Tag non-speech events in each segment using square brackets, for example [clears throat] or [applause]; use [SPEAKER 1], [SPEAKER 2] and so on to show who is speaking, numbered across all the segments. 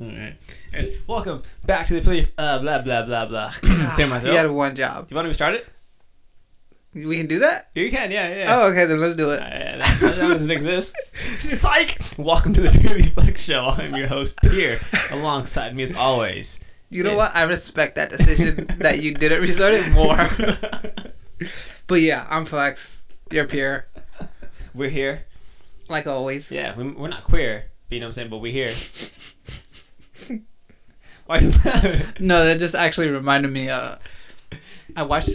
[SPEAKER 1] All right. Anyways, welcome back to the play. Uh, blah blah blah
[SPEAKER 2] [coughs]
[SPEAKER 1] blah. [coughs] Clear
[SPEAKER 2] You
[SPEAKER 1] myself.
[SPEAKER 2] had one job.
[SPEAKER 1] Do you want me to start it?
[SPEAKER 2] We can do that?
[SPEAKER 1] You can. Yeah, yeah.
[SPEAKER 2] Oh, okay, then let's do it.
[SPEAKER 1] Uh, that, that doesn't
[SPEAKER 2] [laughs]
[SPEAKER 1] exist. Psych. Welcome to the Purely Flex Show. I'm your host Pierre. Alongside me, as
[SPEAKER 2] [laughs]
[SPEAKER 1] always.
[SPEAKER 2] You know
[SPEAKER 1] Yeah.
[SPEAKER 2] what? I respect that
[SPEAKER 1] [laughs]
[SPEAKER 2] decision that you didn't restart it more. but yeah, I'm Flex. You're Pierre,
[SPEAKER 1] we're here.
[SPEAKER 2] like always.
[SPEAKER 1] Yeah, we, we're not queer. But you know what I'm saying? But we're
[SPEAKER 2] [laughs]
[SPEAKER 1] here. Why do you laugh?
[SPEAKER 2] No, that just actually reminded me. Uh, I watched,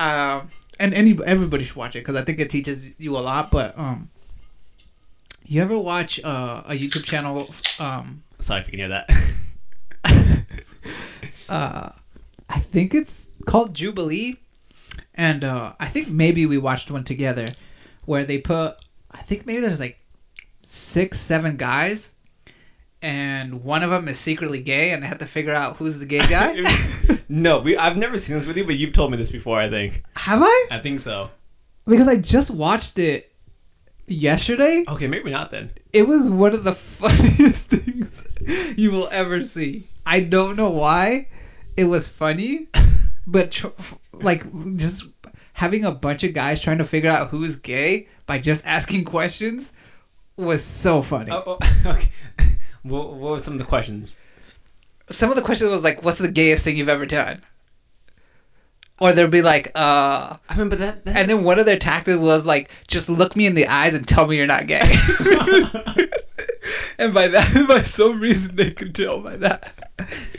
[SPEAKER 2] um, and any everybody should watch it because I think it teaches you a lot. But um, you ever watch uh, a YouTube channel? Um,
[SPEAKER 1] Sorry if you can hear
[SPEAKER 2] [laughs]
[SPEAKER 1] that. [laughs]
[SPEAKER 2] uh, I think it's called Jubilee, and uh, I think maybe we watched one together where they put. I think maybe there's like six, seven guys. And one of them is secretly gay, and they have to figure out who's the
[SPEAKER 1] [laughs]
[SPEAKER 2] gay guy.
[SPEAKER 1] no, we, I've never seen this with you, but you've told me this before. I think.
[SPEAKER 2] Have I?
[SPEAKER 1] I think so.
[SPEAKER 2] because I just watched it yesterday.
[SPEAKER 1] Okay, maybe not then.
[SPEAKER 2] It was one of the [laughs] funniest things you will ever see. I don't know why it was funny, but tr- f- like just having a bunch of guys trying to figure out who's gay by just asking questions was so funny.
[SPEAKER 1] Oh, [laughs] oh, okay. What, what were some of the questions?
[SPEAKER 2] Some of the questions was like, "What's the gayest thing you've ever done?" Or there'd be like, uh,
[SPEAKER 1] I remember that. that
[SPEAKER 2] and then one of their tactics was like, just look me in the eyes and tell me you're not gay. [laughs] and by that, [laughs] by some reason, they could tell by that.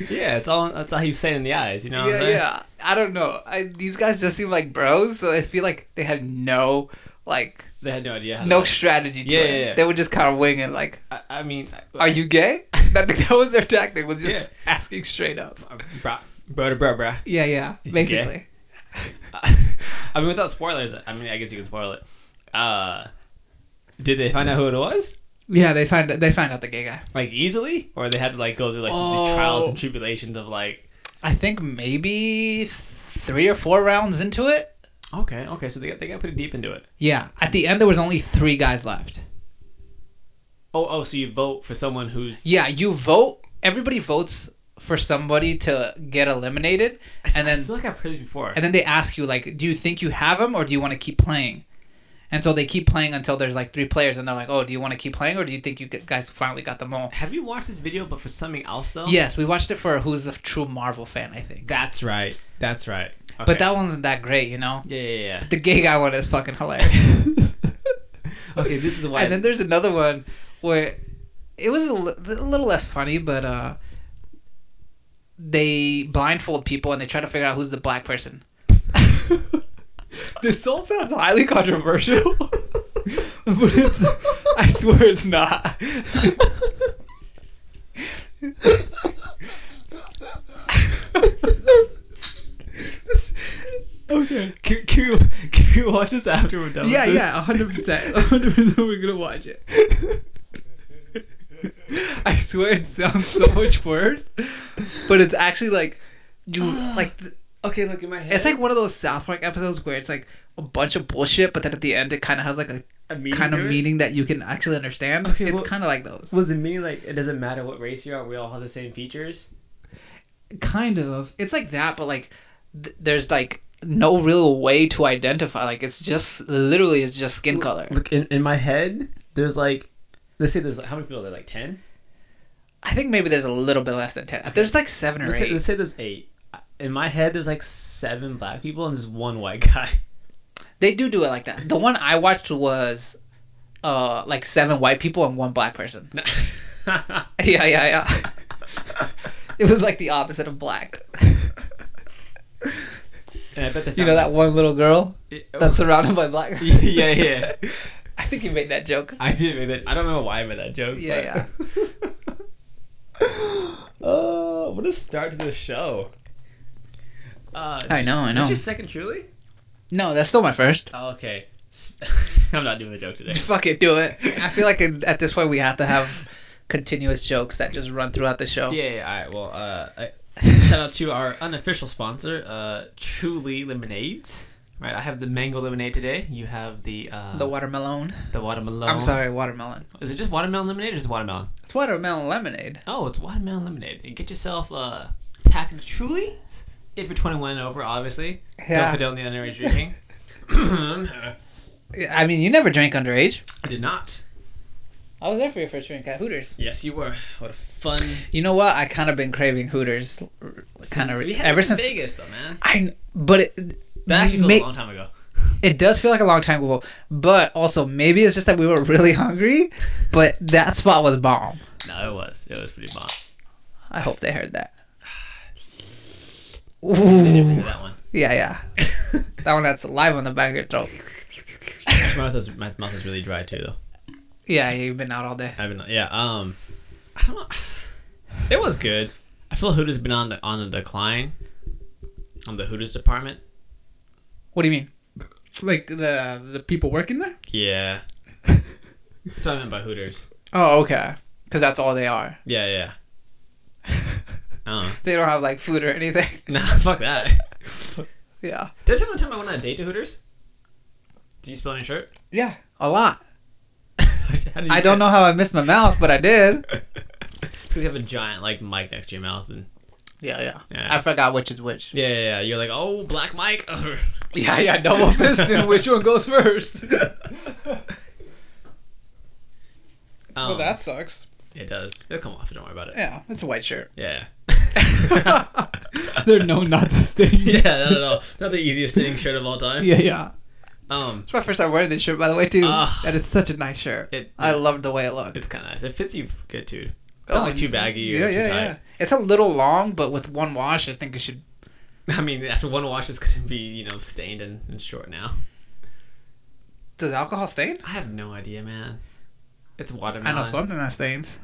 [SPEAKER 1] yeah, it's all that's how you say it in the eyes, you know. what I'm
[SPEAKER 2] yeah,
[SPEAKER 1] saying?
[SPEAKER 2] yeah. I don't know. I, these guys just seem like bros, so I feel like they had no, like,
[SPEAKER 1] They had no idea. How
[SPEAKER 2] no
[SPEAKER 1] To,
[SPEAKER 2] strategy. To
[SPEAKER 1] Yeah,
[SPEAKER 2] it.
[SPEAKER 1] yeah, yeah.
[SPEAKER 2] They were just kind of winging. Like,
[SPEAKER 1] I, I mean,
[SPEAKER 2] are
[SPEAKER 1] [laughs]
[SPEAKER 2] you gay? [laughs] that, that was their tactic. Was just asking straight up.
[SPEAKER 1] bro, bro, to bro, bro?
[SPEAKER 2] Yeah, yeah.
[SPEAKER 1] Is he gay?
[SPEAKER 2] basically.
[SPEAKER 1] [laughs] I mean, without spoilers, I mean, I guess you can spoil it. Uh, did they find out who it was
[SPEAKER 2] Yeah, they find they find out the gay guy.
[SPEAKER 1] like easily, or they had to like go through like the
[SPEAKER 2] Oh.
[SPEAKER 1] trials and tribulations of like?
[SPEAKER 2] I think maybe three or four rounds into it.
[SPEAKER 1] Okay, okay, so they got they got pretty deep into it.
[SPEAKER 2] Yeah, at the end there was only three guys left.
[SPEAKER 1] Oh, oh, so you vote for someone who's
[SPEAKER 2] Yeah, you vote. Everybody votes for somebody to get eliminated, and
[SPEAKER 1] I
[SPEAKER 2] then
[SPEAKER 1] feel like I've heard this before.
[SPEAKER 2] and then they ask you like, do you think you have him or do you want to keep playing? And so they keep playing until there's like three players, and they're like, oh, do you want to keep playing or do you think you guys finally got them all?
[SPEAKER 1] Have you watched this video, but for something else though?
[SPEAKER 2] Yes, we watched it for Who's a True Marvel Fan, I think.
[SPEAKER 1] that's right. That's right. Okay.
[SPEAKER 2] But that wasn't that great, you know.
[SPEAKER 1] yeah, yeah, yeah.
[SPEAKER 2] The gay guy one is fucking hilarious.
[SPEAKER 1] Okay, this is why.
[SPEAKER 2] And then there's another one where it was a, li- a little less funny, but uh, they blindfold people and they try to figure out who's the black person. [laughs] this all sounds highly controversial, [laughs] but it's, I swear it's not. okay.
[SPEAKER 1] Can, can, you, can you watch this after we're done?
[SPEAKER 2] Yeah,
[SPEAKER 1] with this?
[SPEAKER 2] yeah, hundred percent, hundred percent. We're gonna watch it. I swear it sounds so much worse, but it's actually like
[SPEAKER 1] [gasps]
[SPEAKER 2] you like th-
[SPEAKER 1] Okay, look in my head.
[SPEAKER 2] it's like one of those South Park episodes where it's like a bunch of bullshit, but then at the end it kind of has like a
[SPEAKER 1] a meaning
[SPEAKER 2] kind of
[SPEAKER 1] to it?
[SPEAKER 2] meaning that you can actually understand.
[SPEAKER 1] Okay,
[SPEAKER 2] it's
[SPEAKER 1] well-
[SPEAKER 2] kind of like those.
[SPEAKER 1] Was the meaning like it doesn't matter what race you are, we all have the same features?
[SPEAKER 2] Kind of, it's like that, but like th- there's like no real way to identify. Like it's just literally it's just skin color.
[SPEAKER 1] Look in, in my head, there's like let's say there's like how many people are there? Like ten?
[SPEAKER 2] I think maybe there's a little bit less than ten. There's like seven or
[SPEAKER 1] Let's
[SPEAKER 2] eight.
[SPEAKER 1] say, let's say there's eight. In my head, there's like seven black people and just one white guy. [laughs]
[SPEAKER 2] They do do it like that. The one I watched was uh like seven white people and one black person. [laughs] Yeah, yeah, [laughs] yeah. it was like the opposite of black.
[SPEAKER 1] and I bet they found
[SPEAKER 2] [laughs] You know that one little girl that's surrounded by [laughs] black.
[SPEAKER 1] [laughs] yeah, yeah.
[SPEAKER 2] I think you made that joke.
[SPEAKER 1] I did make that. I don't know why I made that joke.
[SPEAKER 2] Yeah,
[SPEAKER 1] [laughs] yeah. Oh, what a start to the show. Uh,
[SPEAKER 2] I know, I know.
[SPEAKER 1] Is your second truly?
[SPEAKER 2] No, that's still my first.
[SPEAKER 1] Oh, okay. S- [laughs] I'm not doing the joke today.
[SPEAKER 2] [laughs] Fuck it, do it. I feel like at this point we have to have continuous jokes that just run throughout the show.
[SPEAKER 1] Yeah, yeah, all right. Well,
[SPEAKER 2] [laughs]
[SPEAKER 1] uh, I, shout out to our unofficial sponsor, uh, Truly Lemonade. Right, I have the mango lemonade today. You have the uh,
[SPEAKER 2] the watermelon.
[SPEAKER 1] the watermelon.
[SPEAKER 2] I'm sorry, watermelon.
[SPEAKER 1] Is it just watermelon lemonade or just watermelon?
[SPEAKER 2] It's watermelon lemonade.
[SPEAKER 1] Oh, it's watermelon lemonade. And get yourself a packet of Trulies if you're 21 and over, obviously.
[SPEAKER 2] Yeah.
[SPEAKER 1] Don't condone the underage drinking.
[SPEAKER 2] [coughs] I mean, you never drank underage.
[SPEAKER 1] I did not.
[SPEAKER 2] I was there for your first drink at Hooters.
[SPEAKER 1] Yes, you were. What a fun.
[SPEAKER 2] You know what? I kind of been craving Hooters, kind of
[SPEAKER 1] We had
[SPEAKER 2] ever
[SPEAKER 1] it in
[SPEAKER 2] since.
[SPEAKER 1] Vegas, though, man.
[SPEAKER 2] I but it
[SPEAKER 1] That actually feels
[SPEAKER 2] ma-
[SPEAKER 1] a long time ago.
[SPEAKER 2] it does feel like a long time ago. But also maybe it's just that we were really hungry, but that spot was bomb.
[SPEAKER 1] No, it was. It was pretty bomb.
[SPEAKER 2] I hope they heard [sighs] that.
[SPEAKER 1] They
[SPEAKER 2] Ooh,
[SPEAKER 1] didn't do that one.
[SPEAKER 2] yeah, yeah. That one that's live on the back of your throat.
[SPEAKER 1] Gosh, my mouth is my mouth is really dry too, though.
[SPEAKER 2] Yeah, you've been out all day.
[SPEAKER 1] I've been yeah. Um, I don't know. It was good. I feel Hooters been on the on a decline. On the Hooters department.
[SPEAKER 2] What do you mean? Like the the people working there? [laughs]
[SPEAKER 1] Yeah. That's what I meant by Hooters.
[SPEAKER 2] Oh, okay. Because that's all they are.
[SPEAKER 1] Yeah,
[SPEAKER 2] [laughs]
[SPEAKER 1] yeah. Oh
[SPEAKER 2] They don't have like food or anything.
[SPEAKER 1] [laughs]
[SPEAKER 2] [laughs]
[SPEAKER 1] nah, fuck that.
[SPEAKER 2] yeah.
[SPEAKER 1] Did I tell you the time I went on a date to Hooters? Did you spill on your shirt? [laughs]
[SPEAKER 2] Yeah. A lot.
[SPEAKER 1] How did you
[SPEAKER 2] I don't know how I missed my mouth, but I did.
[SPEAKER 1] [laughs] It's because you have a giant like mic next to your mouth, and
[SPEAKER 2] [laughs] Yeah, yeah.
[SPEAKER 1] Yeah.
[SPEAKER 2] I forgot which is which.
[SPEAKER 1] yeah, yeah, yeah. you're like, oh, black mic. [laughs]
[SPEAKER 2] Yeah, yeah. Double fisting. which one goes first?
[SPEAKER 1] [laughs] Um,
[SPEAKER 2] well, that sucks.
[SPEAKER 1] It does. It'll come off. Don't worry about it.
[SPEAKER 2] Yeah, it's a white shirt.
[SPEAKER 1] Yeah.
[SPEAKER 2] [laughs]
[SPEAKER 1] [laughs]
[SPEAKER 2] They're known not to sting.
[SPEAKER 1] yeah, not at all. Not the easiest sitting shirt of all time.
[SPEAKER 2] Yeah, yeah.
[SPEAKER 1] Um,
[SPEAKER 2] It's my first time wearing this shirt, by the way, too.
[SPEAKER 1] Ah.
[SPEAKER 2] and it's such a nice shirt.
[SPEAKER 1] It-
[SPEAKER 2] I love the way it looks. Oh,
[SPEAKER 1] it's kind of nice. It fits you good too. It's not like too baggy or
[SPEAKER 2] yeah,
[SPEAKER 1] too
[SPEAKER 2] yeah,
[SPEAKER 1] tight.
[SPEAKER 2] yeah. It's a little long, but with one wash, I think it should.
[SPEAKER 1] [laughs] I mean, after one wash, it's gonna be you know stained and, and short now.
[SPEAKER 2] Does alcohol stain?
[SPEAKER 1] I have no idea, man. It's
[SPEAKER 2] I
[SPEAKER 1] watermelon.
[SPEAKER 2] know something that stains.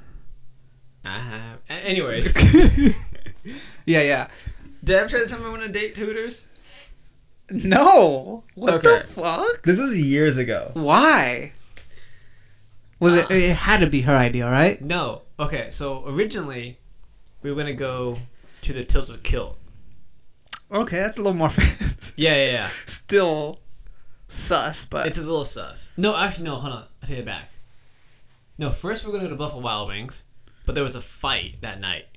[SPEAKER 1] I have. a-
[SPEAKER 2] [laughs]
[SPEAKER 1] Anyways,
[SPEAKER 2] yeah, yeah.
[SPEAKER 1] did I ever try the time I went on a date to Hooters?
[SPEAKER 2] No. What the
[SPEAKER 1] Okay.
[SPEAKER 2] fuck?
[SPEAKER 1] This was years ago.
[SPEAKER 2] Why? Was
[SPEAKER 1] Ah.
[SPEAKER 2] it? It had to be her idea, right?
[SPEAKER 1] No. Okay. So originally, we were gonna go to the Tilted Kilt.
[SPEAKER 2] Okay, that's a little
[SPEAKER 1] [laughs]
[SPEAKER 2] more fast.
[SPEAKER 1] Yeah, yeah, yeah.
[SPEAKER 2] Still sus, but
[SPEAKER 1] It's a little sus. No, actually, no. Hold on. I take it back. No, first we we're gonna go to Buffalo Wild Wings, but there was a fight that night,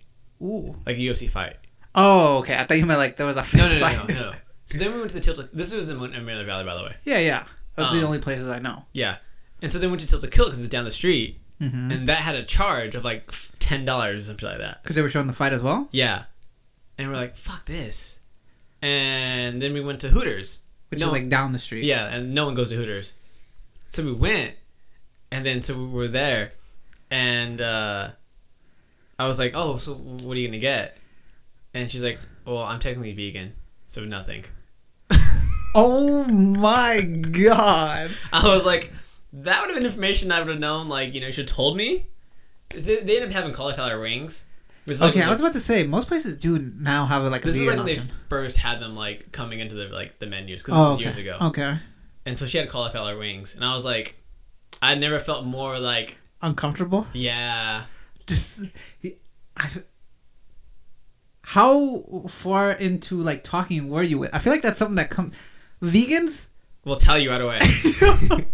[SPEAKER 2] ooh.
[SPEAKER 1] like a UFC fight.
[SPEAKER 2] Oh, okay. I thought you meant like there was a
[SPEAKER 1] No,
[SPEAKER 2] fist
[SPEAKER 1] no, no, no,
[SPEAKER 2] fight.
[SPEAKER 1] no, no. So then we went to the Tilted. This was in Mon- in Maryland Valley, by the way.
[SPEAKER 2] [laughs] Yeah, yeah. Those are
[SPEAKER 1] Um,
[SPEAKER 2] the only places I know.
[SPEAKER 1] Yeah, and so then we went to Tilted Kill because it's down the street, and that had a charge of like f- ten dollars or something like that.
[SPEAKER 2] Because they were showing the fight as well.
[SPEAKER 1] Yeah, and we're like, "Fuck this," and then we went to Hooters.
[SPEAKER 2] which
[SPEAKER 1] No.
[SPEAKER 2] is like down the street.
[SPEAKER 1] Yeah, and no one goes to Hooters. So we went, and then so we were there, and uh, I was like, "Oh, so what are you gonna get?" And she's like, "Well, I'm technically vegan, so nothing." [laughs]
[SPEAKER 2] Oh my god.
[SPEAKER 1] I was like, "That would have been information I would have known. Like, you know, you should have told me." 'Cause They, they ended up having cauliflower rings. It was like-
[SPEAKER 2] okay, I was about to say most places do now have like a
[SPEAKER 1] this is like
[SPEAKER 2] vegan
[SPEAKER 1] when they
[SPEAKER 2] option.
[SPEAKER 1] first had them like coming into the like the menus because this
[SPEAKER 2] oh,
[SPEAKER 1] was
[SPEAKER 2] okay.
[SPEAKER 1] years ago.
[SPEAKER 2] Okay.
[SPEAKER 1] And so she had cauliflower wings, and I was like, I never felt more like,
[SPEAKER 2] Uncomfortable.
[SPEAKER 1] yeah.
[SPEAKER 2] Just I, How far into like talking were you with? I feel like that's something that come
[SPEAKER 1] [laughs]
[SPEAKER 2] vegans [laughs]
[SPEAKER 1] will tell you right away. it's a,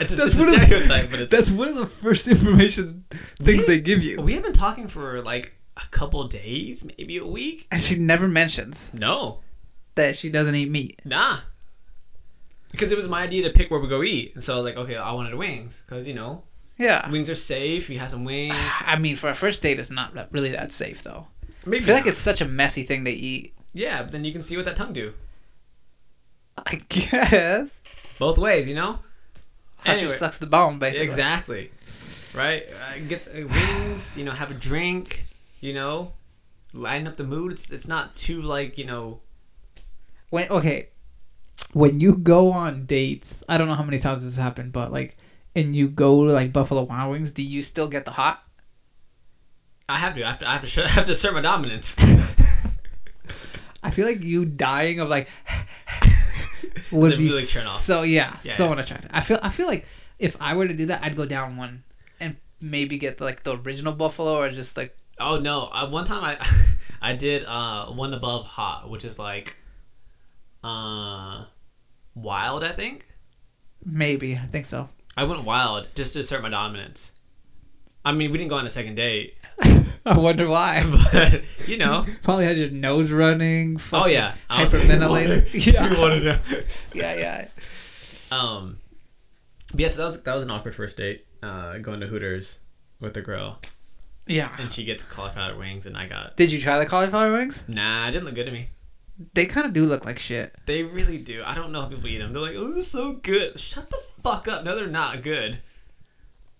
[SPEAKER 1] it's a
[SPEAKER 2] one of the-
[SPEAKER 1] stereotype, but it's,
[SPEAKER 2] [laughs] That's one of the first information things they give you.
[SPEAKER 1] we have been talking for like a couple days, maybe a week.
[SPEAKER 2] And she never mentions
[SPEAKER 1] No,
[SPEAKER 2] that she doesn't eat meat.
[SPEAKER 1] nah. Because it was my idea to pick where we go eat, and so I was like, okay, I wanted wings because you know
[SPEAKER 2] Yeah.
[SPEAKER 1] wings are safe. You have some wings.
[SPEAKER 2] [sighs] I mean, for a first date, it's not that- really that safe though. I
[SPEAKER 1] Maybe
[SPEAKER 2] feel like
[SPEAKER 1] not.
[SPEAKER 2] it's such a messy thing to eat.
[SPEAKER 1] yeah, but then you can see what that tongue do
[SPEAKER 2] I guess.
[SPEAKER 1] both ways, you know.
[SPEAKER 2] How she
[SPEAKER 1] Anyway.
[SPEAKER 2] sucks the bone, basically.
[SPEAKER 1] Exactly, right? I guess uh, wings. You know, have a drink. You know, lighten up the mood. It's it's not too like you know.
[SPEAKER 2] When okay, when you go on dates, I don't know how many times this happened, but like, and you go to like Buffalo Wild Wings, do you still get the hot?
[SPEAKER 1] I have to. I have to. I have to, show, [laughs] I have to assert my dominance.
[SPEAKER 2] I feel like you dying
[SPEAKER 1] [laughs]
[SPEAKER 2] of like would
[SPEAKER 1] a
[SPEAKER 2] be
[SPEAKER 1] really turn off.
[SPEAKER 2] so yeah,
[SPEAKER 1] Yeah,
[SPEAKER 2] so
[SPEAKER 1] yeah.
[SPEAKER 2] unattractive. I feel I feel like if I were to do that, I'd go down one and maybe get like the original Buffalo or just like
[SPEAKER 1] Oh no! I, one time I, [laughs] I did uh, one above hot, which is like, uh, wild. I think
[SPEAKER 2] Maybe. I think so. [laughs]
[SPEAKER 1] I went wild just to assert my dominance. I mean, we didn't go on a second date, [laughs]
[SPEAKER 2] I wonder why.
[SPEAKER 1] but you know.
[SPEAKER 2] Probably had your nose running.
[SPEAKER 1] Oh
[SPEAKER 2] fucking
[SPEAKER 1] yeah, I was-
[SPEAKER 2] Hyperventilated.
[SPEAKER 1] [laughs] You
[SPEAKER 2] [laughs] yeah.
[SPEAKER 1] wanna know?
[SPEAKER 2] yeah, yeah.
[SPEAKER 1] Um, but yeah, so that was that was an awkward first date. Uh, going to Hooters with a girl,
[SPEAKER 2] Yeah.
[SPEAKER 1] and she gets cauliflower wings, and I got
[SPEAKER 2] Did you try the cauliflower wings?
[SPEAKER 1] nah. It didn't look good to me.
[SPEAKER 2] They kind of do look like shit.
[SPEAKER 1] They really do. I don't know how people eat them. They're like, oh, this is so good. Shut the fuck up. No, they're not good.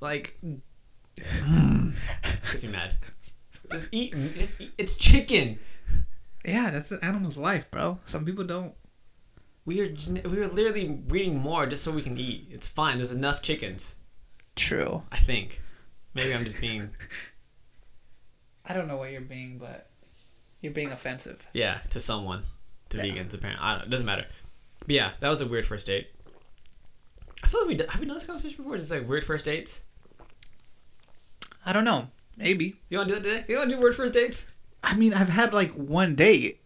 [SPEAKER 1] Like, mm. gets me mad. Just eat. Just eat. It's chicken.
[SPEAKER 2] Yeah, that's an animal's life, bro. Some people don't.
[SPEAKER 1] We are gen- we are literally breeding more just so we can eat. It's fine. There's enough chickens.
[SPEAKER 2] True.
[SPEAKER 1] I think. Maybe I'm just being
[SPEAKER 2] I don't know what you're being, but you're being offensive.
[SPEAKER 1] yeah to someone to
[SPEAKER 2] Yeah.
[SPEAKER 1] vegans apparently. I don't. It doesn't matter. But yeah, that was a weird first date. I feel like we did, have we done this conversation before. Just like weird first dates.
[SPEAKER 2] I don't know. Maybe.
[SPEAKER 1] You want to do that today? You want to do weird first dates?
[SPEAKER 2] I mean, I've had like one date.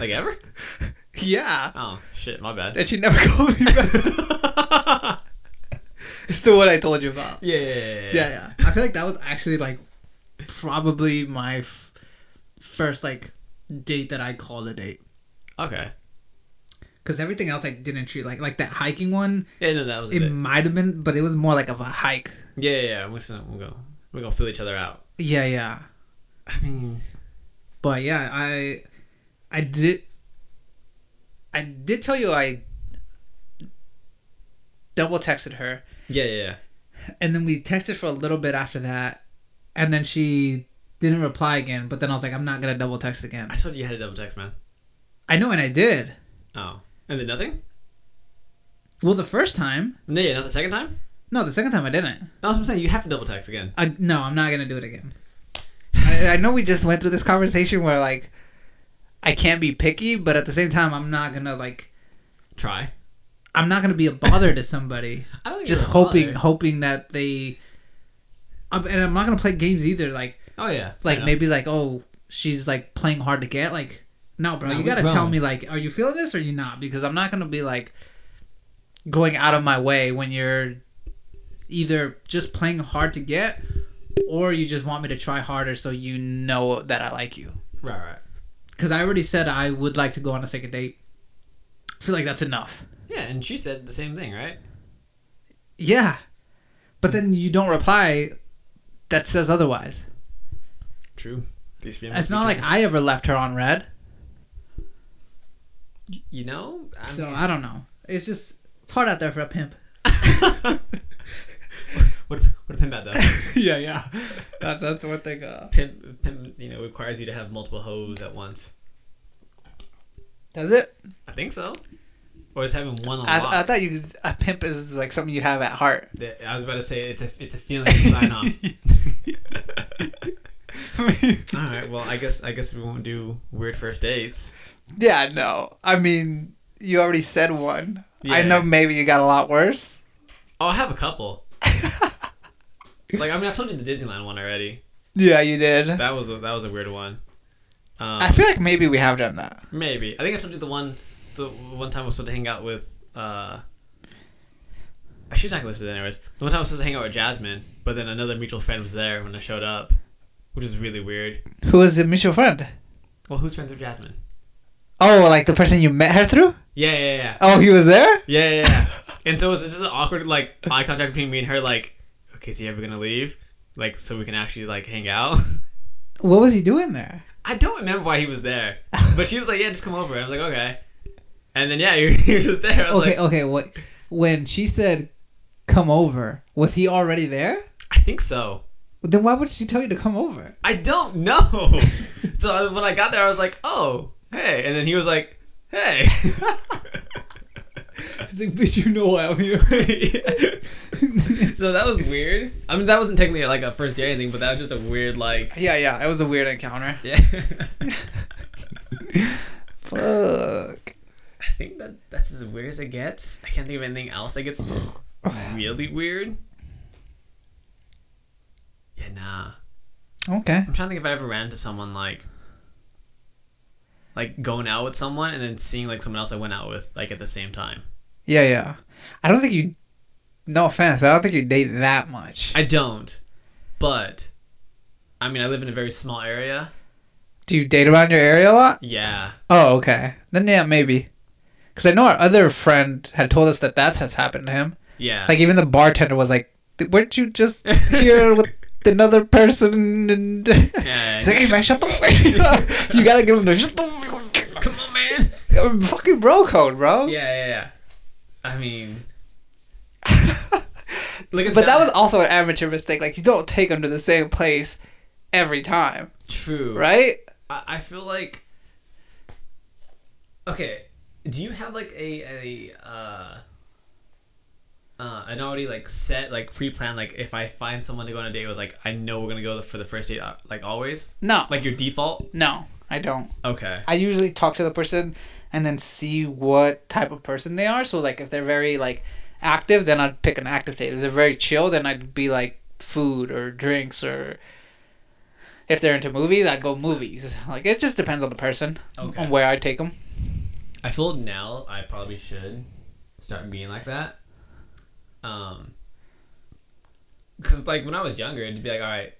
[SPEAKER 1] Like ever?
[SPEAKER 2] Yeah.
[SPEAKER 1] Oh shit, my bad.
[SPEAKER 2] That she never called me back.
[SPEAKER 1] yeah,
[SPEAKER 2] it's the one I told you about.
[SPEAKER 1] yeah, yeah, yeah.
[SPEAKER 2] [laughs] Yeah, yeah. I feel like that was actually like probably my f- first like date that I called a date.
[SPEAKER 1] Okay.
[SPEAKER 2] Because everything else I didn't treat like like that hiking one.
[SPEAKER 1] Yeah, no, that was
[SPEAKER 2] It
[SPEAKER 1] it.
[SPEAKER 2] might have been, but it was more like of a hike.
[SPEAKER 1] Yeah, yeah, yeah. We're gonna, we're gonna we're gonna fill each other out.
[SPEAKER 2] Yeah, yeah.
[SPEAKER 1] I mean,
[SPEAKER 2] But yeah, I I did I did tell you I double texted her
[SPEAKER 1] yeah, yeah, yeah.
[SPEAKER 2] and then we texted for a little bit after that and then she didn't reply again, but then I was like I'm not going to double text again.
[SPEAKER 1] I told you you had a double text, man.
[SPEAKER 2] I know and I did.
[SPEAKER 1] Oh, and then nothing.
[SPEAKER 2] Well, the first time?
[SPEAKER 1] No, yeah, not the second time.
[SPEAKER 2] No, the second time I didn't.
[SPEAKER 1] No, that's what I'm saying. You have to double text again.
[SPEAKER 2] I no, I'm not going to do it again. I, I know we just went through this conversation where like I can't be picky, but at the same time I'm not going to like
[SPEAKER 1] Try.
[SPEAKER 2] I'm not going to be a bother to somebody.
[SPEAKER 1] [laughs] I don't think
[SPEAKER 2] just
[SPEAKER 1] you're a bother.
[SPEAKER 2] hoping hoping that they I'm, and i'm not gonna play games either like
[SPEAKER 1] Oh yeah.
[SPEAKER 2] like
[SPEAKER 1] I know.
[SPEAKER 2] maybe like oh she's like playing hard to get like no bro
[SPEAKER 1] No,
[SPEAKER 2] you
[SPEAKER 1] we
[SPEAKER 2] gotta tell
[SPEAKER 1] grown.
[SPEAKER 2] me like are you feeling this or you not because i'm not gonna be like going out of my way when you're either just playing hard to get or you just want me to try harder so you know that i like you
[SPEAKER 1] Right, right.
[SPEAKER 2] because i already said i would like to go on a second date i feel like that's enough
[SPEAKER 1] Yeah, and she said the same thing, right?
[SPEAKER 2] Yeah. But then you don't reply that says otherwise.
[SPEAKER 1] True. These feelings.
[SPEAKER 2] It's
[SPEAKER 1] be
[SPEAKER 2] not like
[SPEAKER 1] true.
[SPEAKER 2] I ever left her on red.
[SPEAKER 1] you know. I
[SPEAKER 2] So
[SPEAKER 1] mean,
[SPEAKER 2] I don't know. It's just it's hard out there for a
[SPEAKER 1] [laughs]
[SPEAKER 2] pimp. [laughs]
[SPEAKER 1] what if, what if pimp out though?
[SPEAKER 2] [laughs] yeah, yeah. That's that's one thing uh
[SPEAKER 1] pimp, pimp, you know, requires you to have multiple hoes at once.
[SPEAKER 2] Does it?
[SPEAKER 1] I think so. Or is having one a lot.
[SPEAKER 2] I, I thought you a pimp is like something you have at heart.
[SPEAKER 1] That- I was about to say it's a it's a feeling to sign off. All right. Well, I guess I guess we won't do weird first dates.
[SPEAKER 2] [laughs] yeah, no. I mean you already said one. I
[SPEAKER 1] Yeah.
[SPEAKER 2] know maybe you got a lot worse.
[SPEAKER 1] Oh, I have a couple. like I mean, I told you the Disneyland one already.
[SPEAKER 2] Yeah, you did.
[SPEAKER 1] That was a, that was a weird one. Um,
[SPEAKER 2] I feel like maybe we have done that.
[SPEAKER 1] maybe I think I told you the one the one time I was supposed to hang out with. Uh, I should not listen to it anyways. The one time I was supposed to hang out with Jasmine, but then another mutual friend was there when I showed up, which is really weird.
[SPEAKER 2] Who was the mutual friend?
[SPEAKER 1] Well, who's friends with Jasmine?
[SPEAKER 2] Oh, like the person you met her through?
[SPEAKER 1] Yeah, yeah, yeah.
[SPEAKER 2] Oh, he was there?
[SPEAKER 1] Yeah, yeah, yeah. and so it's just an awkward like eye contact between me and her. Like, okay, is he ever gonna leave? Like, so we can actually like hang out. [laughs]
[SPEAKER 2] What was he doing there?
[SPEAKER 1] I don't remember why he was there, but she was like, "Yeah, just come over." I was like, "Okay," and then yeah, [laughs] you're, you're just there. I was
[SPEAKER 2] Okay, oh.
[SPEAKER 1] like,
[SPEAKER 2] okay, what when she said come over, was he already there?
[SPEAKER 1] "I think so."
[SPEAKER 2] Then why would she tell you to come [laughs] over?
[SPEAKER 1] I don't know. [laughs] so I- when I got there, I was like, "Oh, hey," and then he was like, "Hey." [laughs]
[SPEAKER 2] She's like, bitch, you know why I'm here.
[SPEAKER 1] so that was weird. I mean, that wasn't technically like a first date or anything, but that was just a weird like. [laughs]
[SPEAKER 2] yeah, yeah, it was a weird encounter.
[SPEAKER 1] Yeah,
[SPEAKER 2] Fuck.
[SPEAKER 1] I think that that's as weird as it gets. I can't think of anything else that
[SPEAKER 2] [sighs]
[SPEAKER 1] gets really weird. Yeah, nah.
[SPEAKER 2] Okay.
[SPEAKER 1] I'm trying to think if I ever ran into someone like like going out with someone and then seeing like someone else I went out with like at the same time.
[SPEAKER 2] Yeah, yeah. I don't think you. No offense, but I don't think you date that much.
[SPEAKER 1] I don't, but I mean I live in a very small area.
[SPEAKER 2] Do you date around your area a lot?
[SPEAKER 1] Yeah,
[SPEAKER 2] Oh, okay. Then yeah, maybe. Because I know our other friend had told us that that's has happened to him.
[SPEAKER 1] yeah.
[SPEAKER 2] Like even the bartender was like, "Th- "Weren't you [laughs] just here with another person?" And [laughs]
[SPEAKER 1] yeah.
[SPEAKER 2] he's like, "Hey man, shut the fuck up!" [laughs] you gotta give him the shut the fuck up." [laughs]
[SPEAKER 1] Come on, man.
[SPEAKER 2] I'm fucking bro code, bro.
[SPEAKER 1] Yeah, yeah, yeah. I mean,
[SPEAKER 2] [laughs]
[SPEAKER 1] like, it's
[SPEAKER 2] But that
[SPEAKER 1] not
[SPEAKER 2] was also an amateur mistake. Like you don't take them to the same place every time,
[SPEAKER 1] true,
[SPEAKER 2] right?
[SPEAKER 1] I, I feel like okay. Do you have like a a uh, uh an already like set like pre planned like if I find someone to go on a date with like I know we're gonna go for the first date uh, like always
[SPEAKER 2] No,
[SPEAKER 1] like your default
[SPEAKER 2] no, I don't.
[SPEAKER 1] okay
[SPEAKER 2] I usually talk to the person and then see what type of person they are. So like if they're very like active, then I'd pick an active date. If they're very chill, then I'd be like food or drinks or if they're into movies, I'd go movies. Like it just depends on the person,
[SPEAKER 1] Okay.
[SPEAKER 2] on where I take them.
[SPEAKER 1] I feel now I probably should start being like that. Um, because like when I was younger, it'd be like, all right,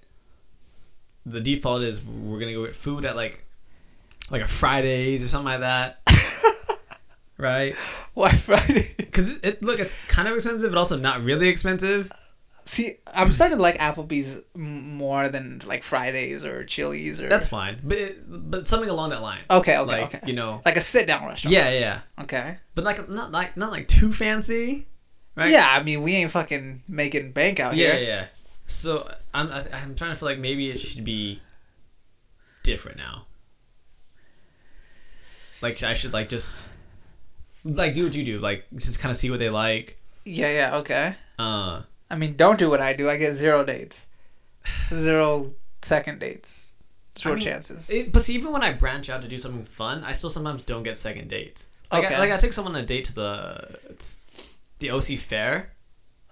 [SPEAKER 1] the default is we're gonna go get food at like, like a Fridays or something like
[SPEAKER 2] [laughs]
[SPEAKER 1] that, right?
[SPEAKER 2] [laughs] Why Friday? [laughs]
[SPEAKER 1] Because it, it look, it's kind of expensive, but also not really expensive.
[SPEAKER 2] See, I'm starting to like Applebee's m- more than like Fridays or Chili's or
[SPEAKER 1] That's fine, but it, but something along that line.
[SPEAKER 2] Okay, okay,
[SPEAKER 1] like
[SPEAKER 2] okay.
[SPEAKER 1] you know,
[SPEAKER 2] like a sit down restaurant.
[SPEAKER 1] yeah, yeah, yeah,
[SPEAKER 2] Okay.
[SPEAKER 1] but like not like not like too fancy, right?
[SPEAKER 2] Yeah, I mean we ain't fucking making bank out
[SPEAKER 1] Yeah,
[SPEAKER 2] here.
[SPEAKER 1] yeah. So I'm I- I'm trying to feel like maybe it should be different now. Like I should like just like do what you do, like just kind of see what they like.
[SPEAKER 2] Yeah, yeah, okay.
[SPEAKER 1] Uh,
[SPEAKER 2] I mean, don't do what I do. I get zero dates, zero second dates, zero
[SPEAKER 1] I mean,
[SPEAKER 2] chances.
[SPEAKER 1] it, but see, even when I branch out to do something fun, I still sometimes don't get second dates. Like
[SPEAKER 2] Okay.
[SPEAKER 1] I, like I took someone on a date to the the OC fair,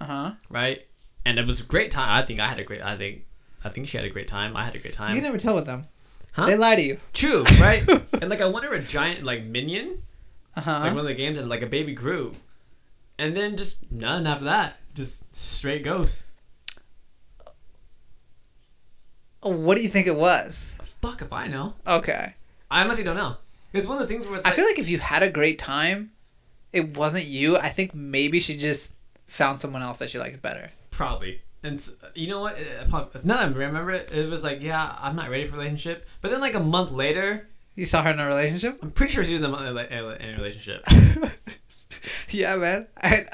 [SPEAKER 2] uh huh.
[SPEAKER 1] right? And it was a great time. I think I had a great. I think I think she had a great time. I had a great
[SPEAKER 2] You
[SPEAKER 1] time.
[SPEAKER 2] can never tell with them.
[SPEAKER 1] Huh?
[SPEAKER 2] They lie to you.
[SPEAKER 1] True, right?
[SPEAKER 2] [laughs]
[SPEAKER 1] and like I wonder a giant like minion.
[SPEAKER 2] Uh huh.
[SPEAKER 1] like one of the games and like a baby grew and then just none after that just straight ghost
[SPEAKER 2] what do you think it was?
[SPEAKER 1] fuck if i know
[SPEAKER 2] Okay.
[SPEAKER 1] i honestly don't know it's one of those things where it's
[SPEAKER 2] I
[SPEAKER 1] like
[SPEAKER 2] feel like if you had a great time, it wasn't you. I think maybe she just found someone else that she liked better.
[SPEAKER 1] probably and s- you know what It- it prob- now that i remember it it was like yeah i'm not ready for a relationship but then like a month later
[SPEAKER 2] You saw her in a relationship?
[SPEAKER 1] i'm pretty sure she was in a, mo- uh, in a relationship
[SPEAKER 2] [laughs] yeah, man. I,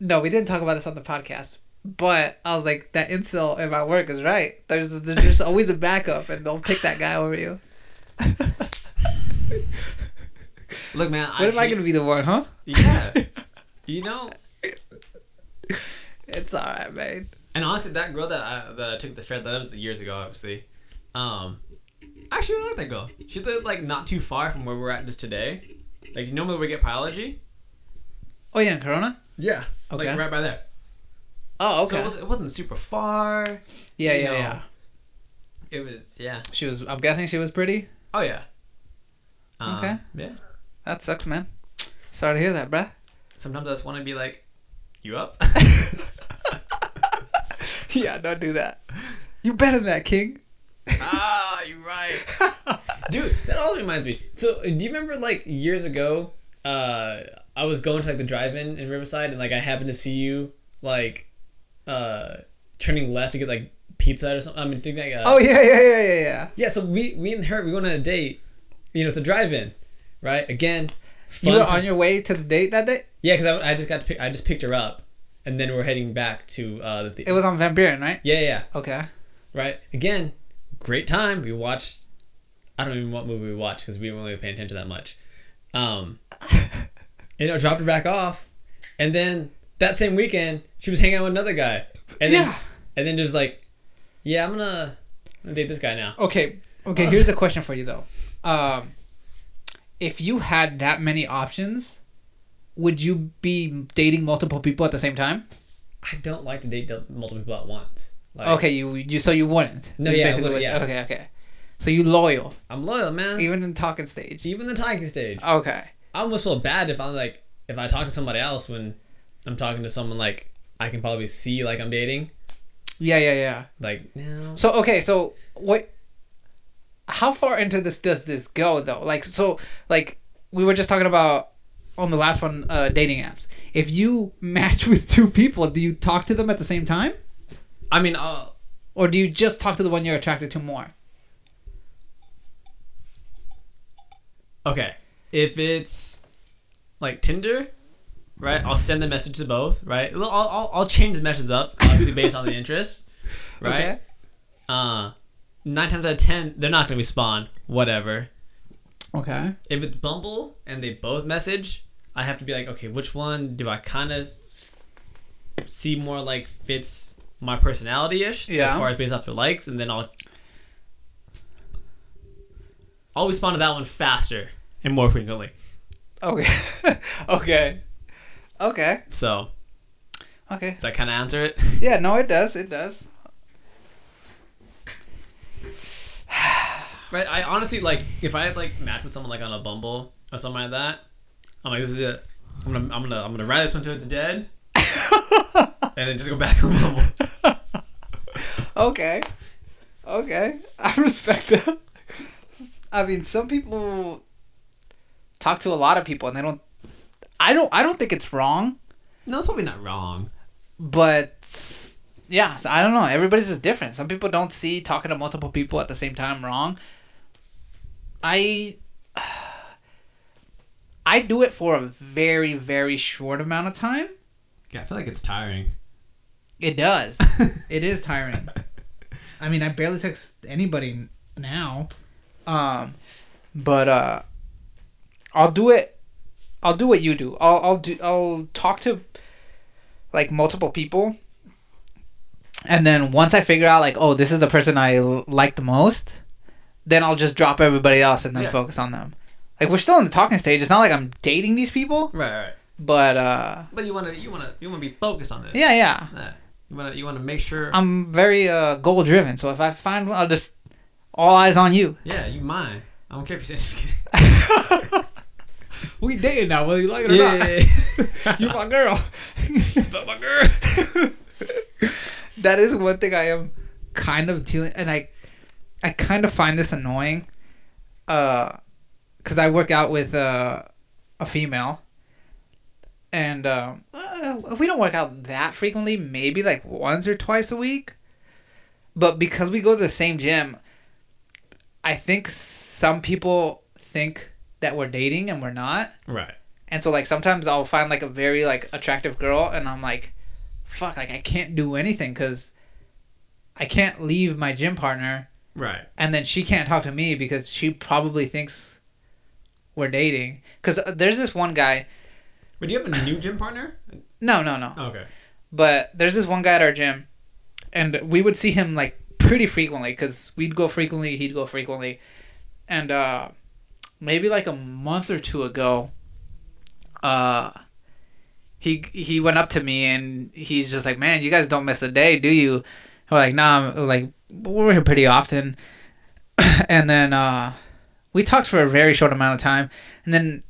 [SPEAKER 2] no, we didn't talk about this on the podcast. But I was like, that incel in my work is right. There's there's, [laughs] there's always a backup, and they'll pick that guy over you.
[SPEAKER 1] look man
[SPEAKER 2] [laughs] What am I gonna be the one, huh?
[SPEAKER 1] [laughs]
[SPEAKER 2] [laughs]
[SPEAKER 1] yeah you know
[SPEAKER 2] It's all right, man.
[SPEAKER 1] And honestly, that girl that I, that I took to the fair, that was years ago, obviously. Um, I actually really like that girl. She lived like not too far from where we're at just today. Like you know where we get biology?
[SPEAKER 2] Oh yeah, in Corona.
[SPEAKER 1] Yeah. Like
[SPEAKER 2] Okay.
[SPEAKER 1] right by there.
[SPEAKER 2] Oh
[SPEAKER 1] So it wasn't, it wasn't super far.
[SPEAKER 2] yeah,
[SPEAKER 1] you
[SPEAKER 2] yeah,
[SPEAKER 1] know.
[SPEAKER 2] yeah.
[SPEAKER 1] It was yeah.
[SPEAKER 2] She was. I'm guessing she was pretty.
[SPEAKER 1] Oh yeah. Um,
[SPEAKER 2] Okay.
[SPEAKER 1] Yeah.
[SPEAKER 2] That sucks, man. Sorry to hear that, bruh. [laughs]
[SPEAKER 1] Sometimes I just want to be like, you up? [laughs]
[SPEAKER 2] yeah, don't do that. You better than that, King. [laughs]
[SPEAKER 1] ah, you're right. dude that all reminds me so uh, do you remember like years ago uh i was going to like the drive-in in riverside and like i happened to see you like uh turning left to get like pizza or something i mean think like uh,
[SPEAKER 2] Oh yeah, yeah, yeah, yeah, yeah.
[SPEAKER 1] yeah so we we and her we went on a date you know at the drive-in right again
[SPEAKER 2] You
[SPEAKER 1] fun
[SPEAKER 2] were
[SPEAKER 1] ti-
[SPEAKER 2] on your way to the date that day.
[SPEAKER 1] yeah because I, I just got to pick i just picked her up and then we're heading back to uh the
[SPEAKER 2] It was on Van Buren, right?
[SPEAKER 1] yeah yeah
[SPEAKER 2] Okay.
[SPEAKER 1] right again great time we watched i don't even know what movie we watched because we didn't really pay attention that much um
[SPEAKER 2] [laughs]
[SPEAKER 1] you know dropped her back off and then that same weekend she was hanging out with another guy and then
[SPEAKER 2] Yeah.
[SPEAKER 1] and then just like yeah i'm gonna, I'm gonna date this guy now
[SPEAKER 2] Okay. Okay.
[SPEAKER 1] Uh,
[SPEAKER 2] Here's a question for you though. Um, if you had that many options, would you be dating multiple people at the same time?
[SPEAKER 1] i don't like to date multiple people at once like,
[SPEAKER 2] Okay, you you so you wouldn't.
[SPEAKER 1] No,
[SPEAKER 2] That's
[SPEAKER 1] yeah, I
[SPEAKER 2] basically
[SPEAKER 1] wouldn't,
[SPEAKER 2] what-
[SPEAKER 1] yeah.
[SPEAKER 2] Okay, okay. So you loyal,
[SPEAKER 1] I'm loyal, man.
[SPEAKER 2] even in talking stage.
[SPEAKER 1] Even the talking stage.
[SPEAKER 2] Okay.
[SPEAKER 1] I almost feel bad if I'm like if I talk to somebody else when I'm talking to someone like I can probably see like I'm dating.
[SPEAKER 2] Yeah, yeah, yeah.
[SPEAKER 1] Like no.
[SPEAKER 2] So okay, so what? How far into this does this go though? Like so, like we were just talking about on the last one, uh, dating apps. If you [laughs] match with two people, do you talk to them at the same time,
[SPEAKER 1] I mean, uh,
[SPEAKER 2] or do you just talk to the one you're attracted to more?
[SPEAKER 1] okay. If it's like Tinder, right? I'll send the message to both, right? I'll I'll, I'll change the message up obviously based on the
[SPEAKER 2] [laughs]
[SPEAKER 1] interest, right?
[SPEAKER 2] Okay.
[SPEAKER 1] Uh, nine times out of ten, they're not gonna respond. Whatever.
[SPEAKER 2] Okay.
[SPEAKER 1] If it's Bumble and they both message, I have to be like, okay, which one do I kind of see more like fits my personality ish
[SPEAKER 2] Yeah.
[SPEAKER 1] as far as based off their likes, and then I'll I'll respond to that one faster and more frequently.
[SPEAKER 2] Okay. [laughs] okay. Okay.
[SPEAKER 1] So
[SPEAKER 2] Okay.
[SPEAKER 1] does that kind of answer it? [laughs]
[SPEAKER 2] Yeah. No, it does. It does.
[SPEAKER 1] right. I honestly like if I like match with someone like on a Bumble or something like that. I'm like, this is it. I'm gonna I'm gonna I'm gonna ride this one till it's [laughs] dead, and then just go back on Bumble.
[SPEAKER 2] Okay. Okay. [laughs] I respect that. I mean, some people talk to a lot of people and they don't I don't I don't think it's wrong,
[SPEAKER 1] [laughs] No, it's probably not wrong.
[SPEAKER 2] but yeah, so I don't know. Everybody's just different. Some people don't see talking to multiple people at the same time wrong. I [sighs] I do it for a very very short amount of time.
[SPEAKER 1] Yeah, I feel like it's tiring. [laughs]
[SPEAKER 2] It does. it is [laughs] tiring. I mean, I barely text anybody n- now. Um, but uh, I'll do it. I'll do what you do. I'll I'll do. I'll talk to like multiple people, and then once I figure out like, oh, this is the person I l- like the most, then I'll just drop everybody else and then
[SPEAKER 1] Yeah.
[SPEAKER 2] focus on them. Like we're still in the talking stage. It's not like I'm dating these people,
[SPEAKER 1] Right, right.
[SPEAKER 2] but uh,
[SPEAKER 1] But you wanna, you wanna, you wanna be focused on this.
[SPEAKER 2] yeah, yeah.
[SPEAKER 1] Yeah. Um, You wanna, you wanna make sure.
[SPEAKER 2] I'm very uh, goal driven, so if I find one, I'll just all eyes on you.
[SPEAKER 1] yeah, you mine. I don't care if you say. [laughs]
[SPEAKER 2] We dating now, whether you like it you my girl.
[SPEAKER 1] my girl.
[SPEAKER 2] that is one thing I am kind of dealing, and I, I kind of find this annoying, uh, because I work out with uh, a female, and um, uh, we don't work out that frequently. Maybe like once or twice a week, but because we go to the same gym, I think some people think that we're dating and we're not.
[SPEAKER 1] [laughs] Right.
[SPEAKER 2] And so like sometimes I'll find like a very like attractive girl and I'm like fuck like I can't do anything cuz I can't leave my gym partner
[SPEAKER 1] Right.
[SPEAKER 2] and then she can't talk to me because she probably thinks we're dating cuz there's this one guy
[SPEAKER 1] Wait, do you have a new gym partner?
[SPEAKER 2] no no no
[SPEAKER 1] Okay.
[SPEAKER 2] but there's this one guy at our gym and we would see him like pretty frequently because we'd go frequently he'd go frequently and uh maybe like a month or two ago uh he he went up to me and he's just like man you guys don't miss a day do you And we're like nah I'm like we're here pretty often [laughs] and then uh we talked for a very short amount of time and then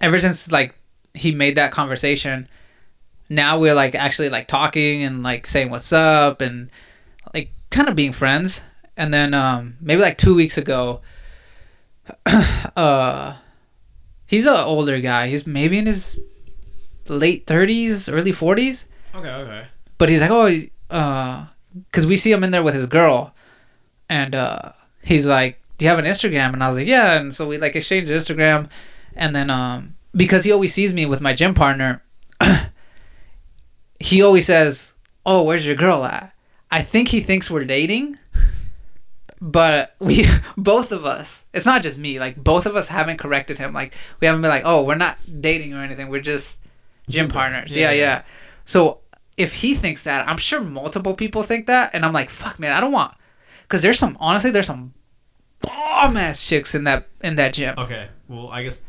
[SPEAKER 2] ever since like he made that conversation now we're like actually like talking and like saying what's up and like kind of being friends and then um maybe like two weeks ago [clears throat] uh he's an older guy he's maybe in his late 30s early 40s
[SPEAKER 1] Okay. Okay.
[SPEAKER 2] but he's like oh uh because we see him in there with his girl and uh he's like do you have an instagram and i was like yeah and so we like exchanged instagram and then um because he always sees me with my gym partner he always says oh where's your girl at i think he thinks we're dating but we [laughs] both of us it's not just me like both of us haven't corrected him like we haven't been like oh we're not dating or anything we're just gym partners yeah
[SPEAKER 1] Yeah.
[SPEAKER 2] yeah, so if he thinks that i'm sure multiple people think that and i'm like fuck man i don't want because there's some honestly there's some bomb ass chicks in that in that gym
[SPEAKER 1] Okay. Well, I guess.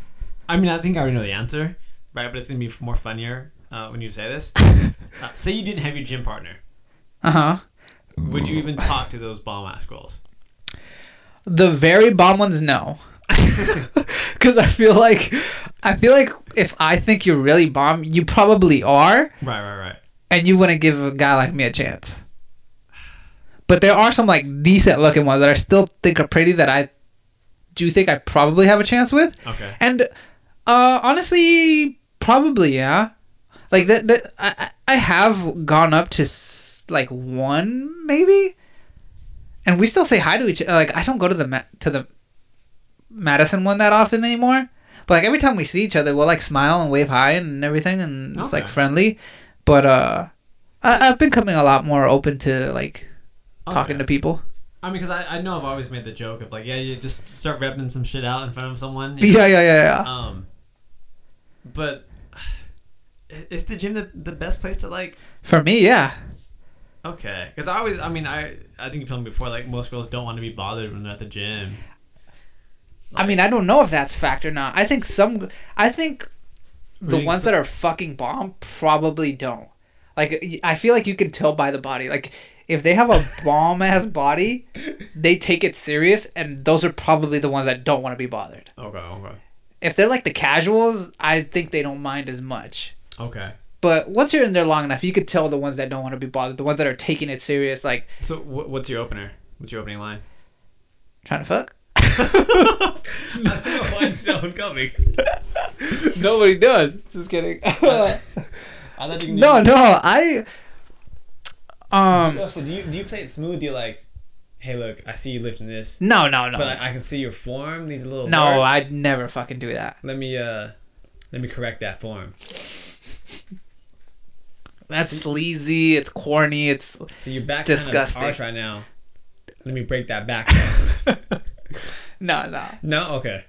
[SPEAKER 1] I mean, I think I already know the answer, right? But it's gonna be more funnier uh, when you say [laughs] this. uh, say you didn't have your gym partner.
[SPEAKER 2] uh-huh
[SPEAKER 1] Would you even talk to those bomb ass girls?
[SPEAKER 2] The very bomb ones, no. Because I feel like, I feel like if I think you're really bomb, you probably are,
[SPEAKER 1] Right, right, right.
[SPEAKER 2] and you wouldn't give a guy like me a chance. But there are some like decent looking ones that I still think are pretty that I do think I probably have a chance with.
[SPEAKER 1] Okay.
[SPEAKER 2] And uh, honestly, probably yeah. Like that, that I I I have gone up to s- like one maybe, and we still say hi to each. Like I don't go to the Ma- to the Madison one that often anymore. But like every time we see each other, we'll like smile and wave hi and everything, and it's like
[SPEAKER 1] Okay.
[SPEAKER 2] friendly. But uh, I, I've been coming a lot more open to like talking
[SPEAKER 1] Okay.
[SPEAKER 2] to people.
[SPEAKER 1] I mean, because I, I know I've always made the joke of like, yeah, you just start repping some shit out in front of someone. you know?
[SPEAKER 2] [laughs] Yeah, yeah, yeah, yeah.
[SPEAKER 1] Um, but is the gym the, the best place to like?
[SPEAKER 2] For me, yeah.
[SPEAKER 1] Okay, because I always, I mean, I I think you told me before, like most girls don't want to be bothered when they're at the gym.
[SPEAKER 2] I mean, I don't know if that's fact or not. I think some. I think the
[SPEAKER 1] Reading
[SPEAKER 2] ones
[SPEAKER 1] some-
[SPEAKER 2] that are fucking bomb probably don't. Like, y- I feel like you can tell by the body. Like, if they have a bomb [laughs] ass body, they take it serious, and those are probably the ones that don't want to be bothered.
[SPEAKER 1] Okay, okay,
[SPEAKER 2] If they're like the casuals, I think they don't mind as much.
[SPEAKER 1] okay.
[SPEAKER 2] But once you're in there long enough, you could tell the ones that don't want to be bothered, the ones that are taking it serious, like
[SPEAKER 1] So wh- what's your opener? What's your opening [laughs] line?
[SPEAKER 2] trying to fuck.
[SPEAKER 1] Mine's no one coming.
[SPEAKER 2] [laughs] Nobody does. Just kidding.
[SPEAKER 1] I thought you can
[SPEAKER 2] [laughs] no, no, I. Um.
[SPEAKER 1] So do you do you play it smooth? You're like, hey, look, I see you lifting this,
[SPEAKER 2] No, no, no.
[SPEAKER 1] but I, I can see your form. These little
[SPEAKER 2] no,
[SPEAKER 1] I-
[SPEAKER 2] I'd never fucking do that.
[SPEAKER 1] let me uh, let me correct that form.
[SPEAKER 2] That's sleazy. It's corny. It's
[SPEAKER 1] So your back
[SPEAKER 2] Disgusting.
[SPEAKER 1] kind of arch right now. Let me break that back.
[SPEAKER 2] [laughs] no, no.
[SPEAKER 1] no, okay.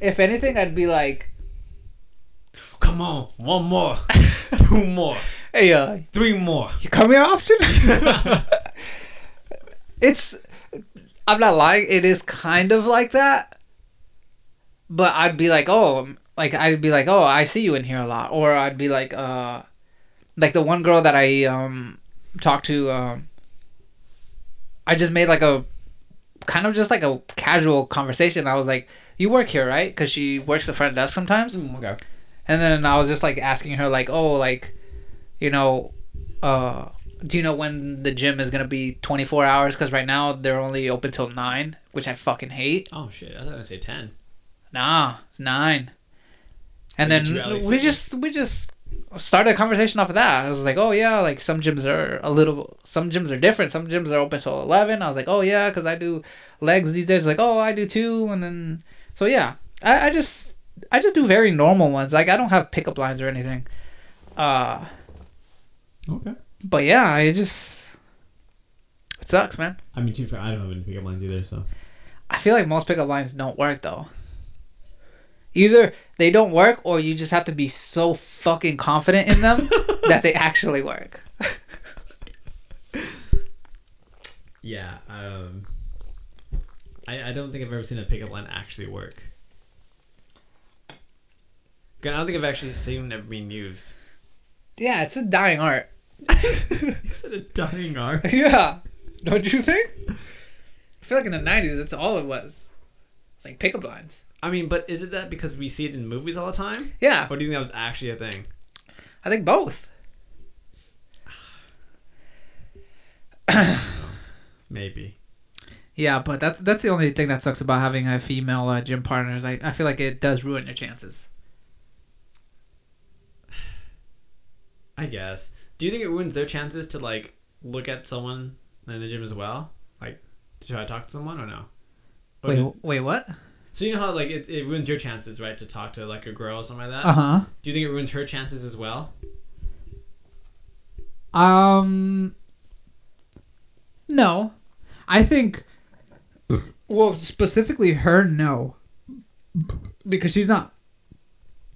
[SPEAKER 2] If anything, I'd be like,
[SPEAKER 1] Come on, one more,
[SPEAKER 2] [laughs]
[SPEAKER 1] two more,
[SPEAKER 2] "Hey, uh,
[SPEAKER 1] three
[SPEAKER 2] [laughs]
[SPEAKER 1] more.
[SPEAKER 2] you come here often?" it's. I'm not lying. It is kind of like that. But I'd be like, "Oh, like I'd be like, oh, I see you in here a lot," or I'd be like, uh, like the one girl that I um talked to um. I just made like a kind of just like a casual conversation. I was like, "You work here, right?" Because she works the front desk sometimes.
[SPEAKER 1] Mm, Okay.
[SPEAKER 2] And then I was just like asking her, like, oh, like, you know, uh, do you know when the gym is gonna be 24 hours? Because right now they're only open till nine, which I fucking hate.
[SPEAKER 1] [laughs] Oh shit! I thought I was gonna say ten.
[SPEAKER 2] Nah, it's nine. And
[SPEAKER 1] Like
[SPEAKER 2] then
[SPEAKER 1] Drew Alley
[SPEAKER 2] we
[SPEAKER 1] Fitness.
[SPEAKER 2] just we just started a conversation off of that. I was like, oh yeah, like some gyms are a little, some gyms are different. Some gyms are open till 11. I was like, oh yeah, because I do legs these days. Like, oh, I do too. And then so yeah, I, I just I just do very normal ones. Like I don't have pickup lines or anything. Uh,
[SPEAKER 1] Okay.
[SPEAKER 2] but yeah, it just it sucks, man.
[SPEAKER 1] I mean, too far. I don't have any pickup lines either. So.
[SPEAKER 2] I feel like most pickup lines don't work though. Either they don't work or you just have to be so fucking confident in them that they actually work.
[SPEAKER 1] Yeah. Um. I I don't think I've ever seen a pickup line actually work. I don't think I've actually seen it being used.
[SPEAKER 2] Yeah, it's a dying art.
[SPEAKER 1] [laughs]
[SPEAKER 2] [laughs]
[SPEAKER 1] you said a dying art.
[SPEAKER 2] yeah. Don't you think? I feel like in the 90s that's all it was. It's like pickup lines.
[SPEAKER 1] I mean, but is it that because we see it in movies all the time?
[SPEAKER 2] Yeah.
[SPEAKER 1] Or do you think that was actually a thing?
[SPEAKER 2] I think both.
[SPEAKER 1] Maybe.
[SPEAKER 2] Yeah, but that's that's the only thing that sucks about having a female uh, gym partner. Is I, I feel like it does ruin your chances.
[SPEAKER 1] I guess. Do you think it ruins their chances to like look at someone in the gym as well? Like to try to talk to someone or no? Or
[SPEAKER 2] Wait,
[SPEAKER 1] do-
[SPEAKER 2] wait, what?
[SPEAKER 1] so you know how like it, it ruins your chances, right, to talk to like a girl or something like that?
[SPEAKER 2] huh.
[SPEAKER 1] Do you think it ruins her chances as well?
[SPEAKER 2] Um, no, I think. Well, specifically her, no, because she's not.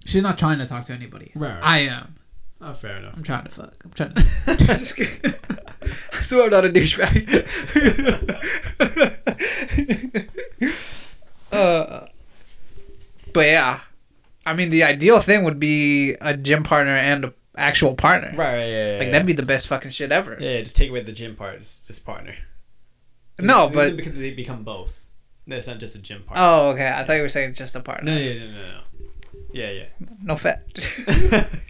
[SPEAKER 2] She's not trying to talk to anybody.
[SPEAKER 1] Right.
[SPEAKER 2] I am.
[SPEAKER 1] Oh, fair enough.
[SPEAKER 2] I'm trying to fuck. I'm trying to. Just kidding. [laughs] I swear I'm not a douchebag. [laughs] uh, but yeah, I mean, the ideal thing would be a gym partner and an actual partner.
[SPEAKER 1] Right, right, yeah, yeah.
[SPEAKER 2] Like
[SPEAKER 1] yeah.
[SPEAKER 2] that'd be the best fucking shit ever.
[SPEAKER 1] yeah, yeah, just take away the gym part. It's just partner.
[SPEAKER 2] No, [laughs]
[SPEAKER 1] They-
[SPEAKER 2] but
[SPEAKER 1] because they become both. That's not just a gym part.
[SPEAKER 2] Oh, okay. I thought you were saying just a part.
[SPEAKER 1] No, no, no, no, no. Yeah, yeah.
[SPEAKER 2] No fat.
[SPEAKER 1] [laughs] Did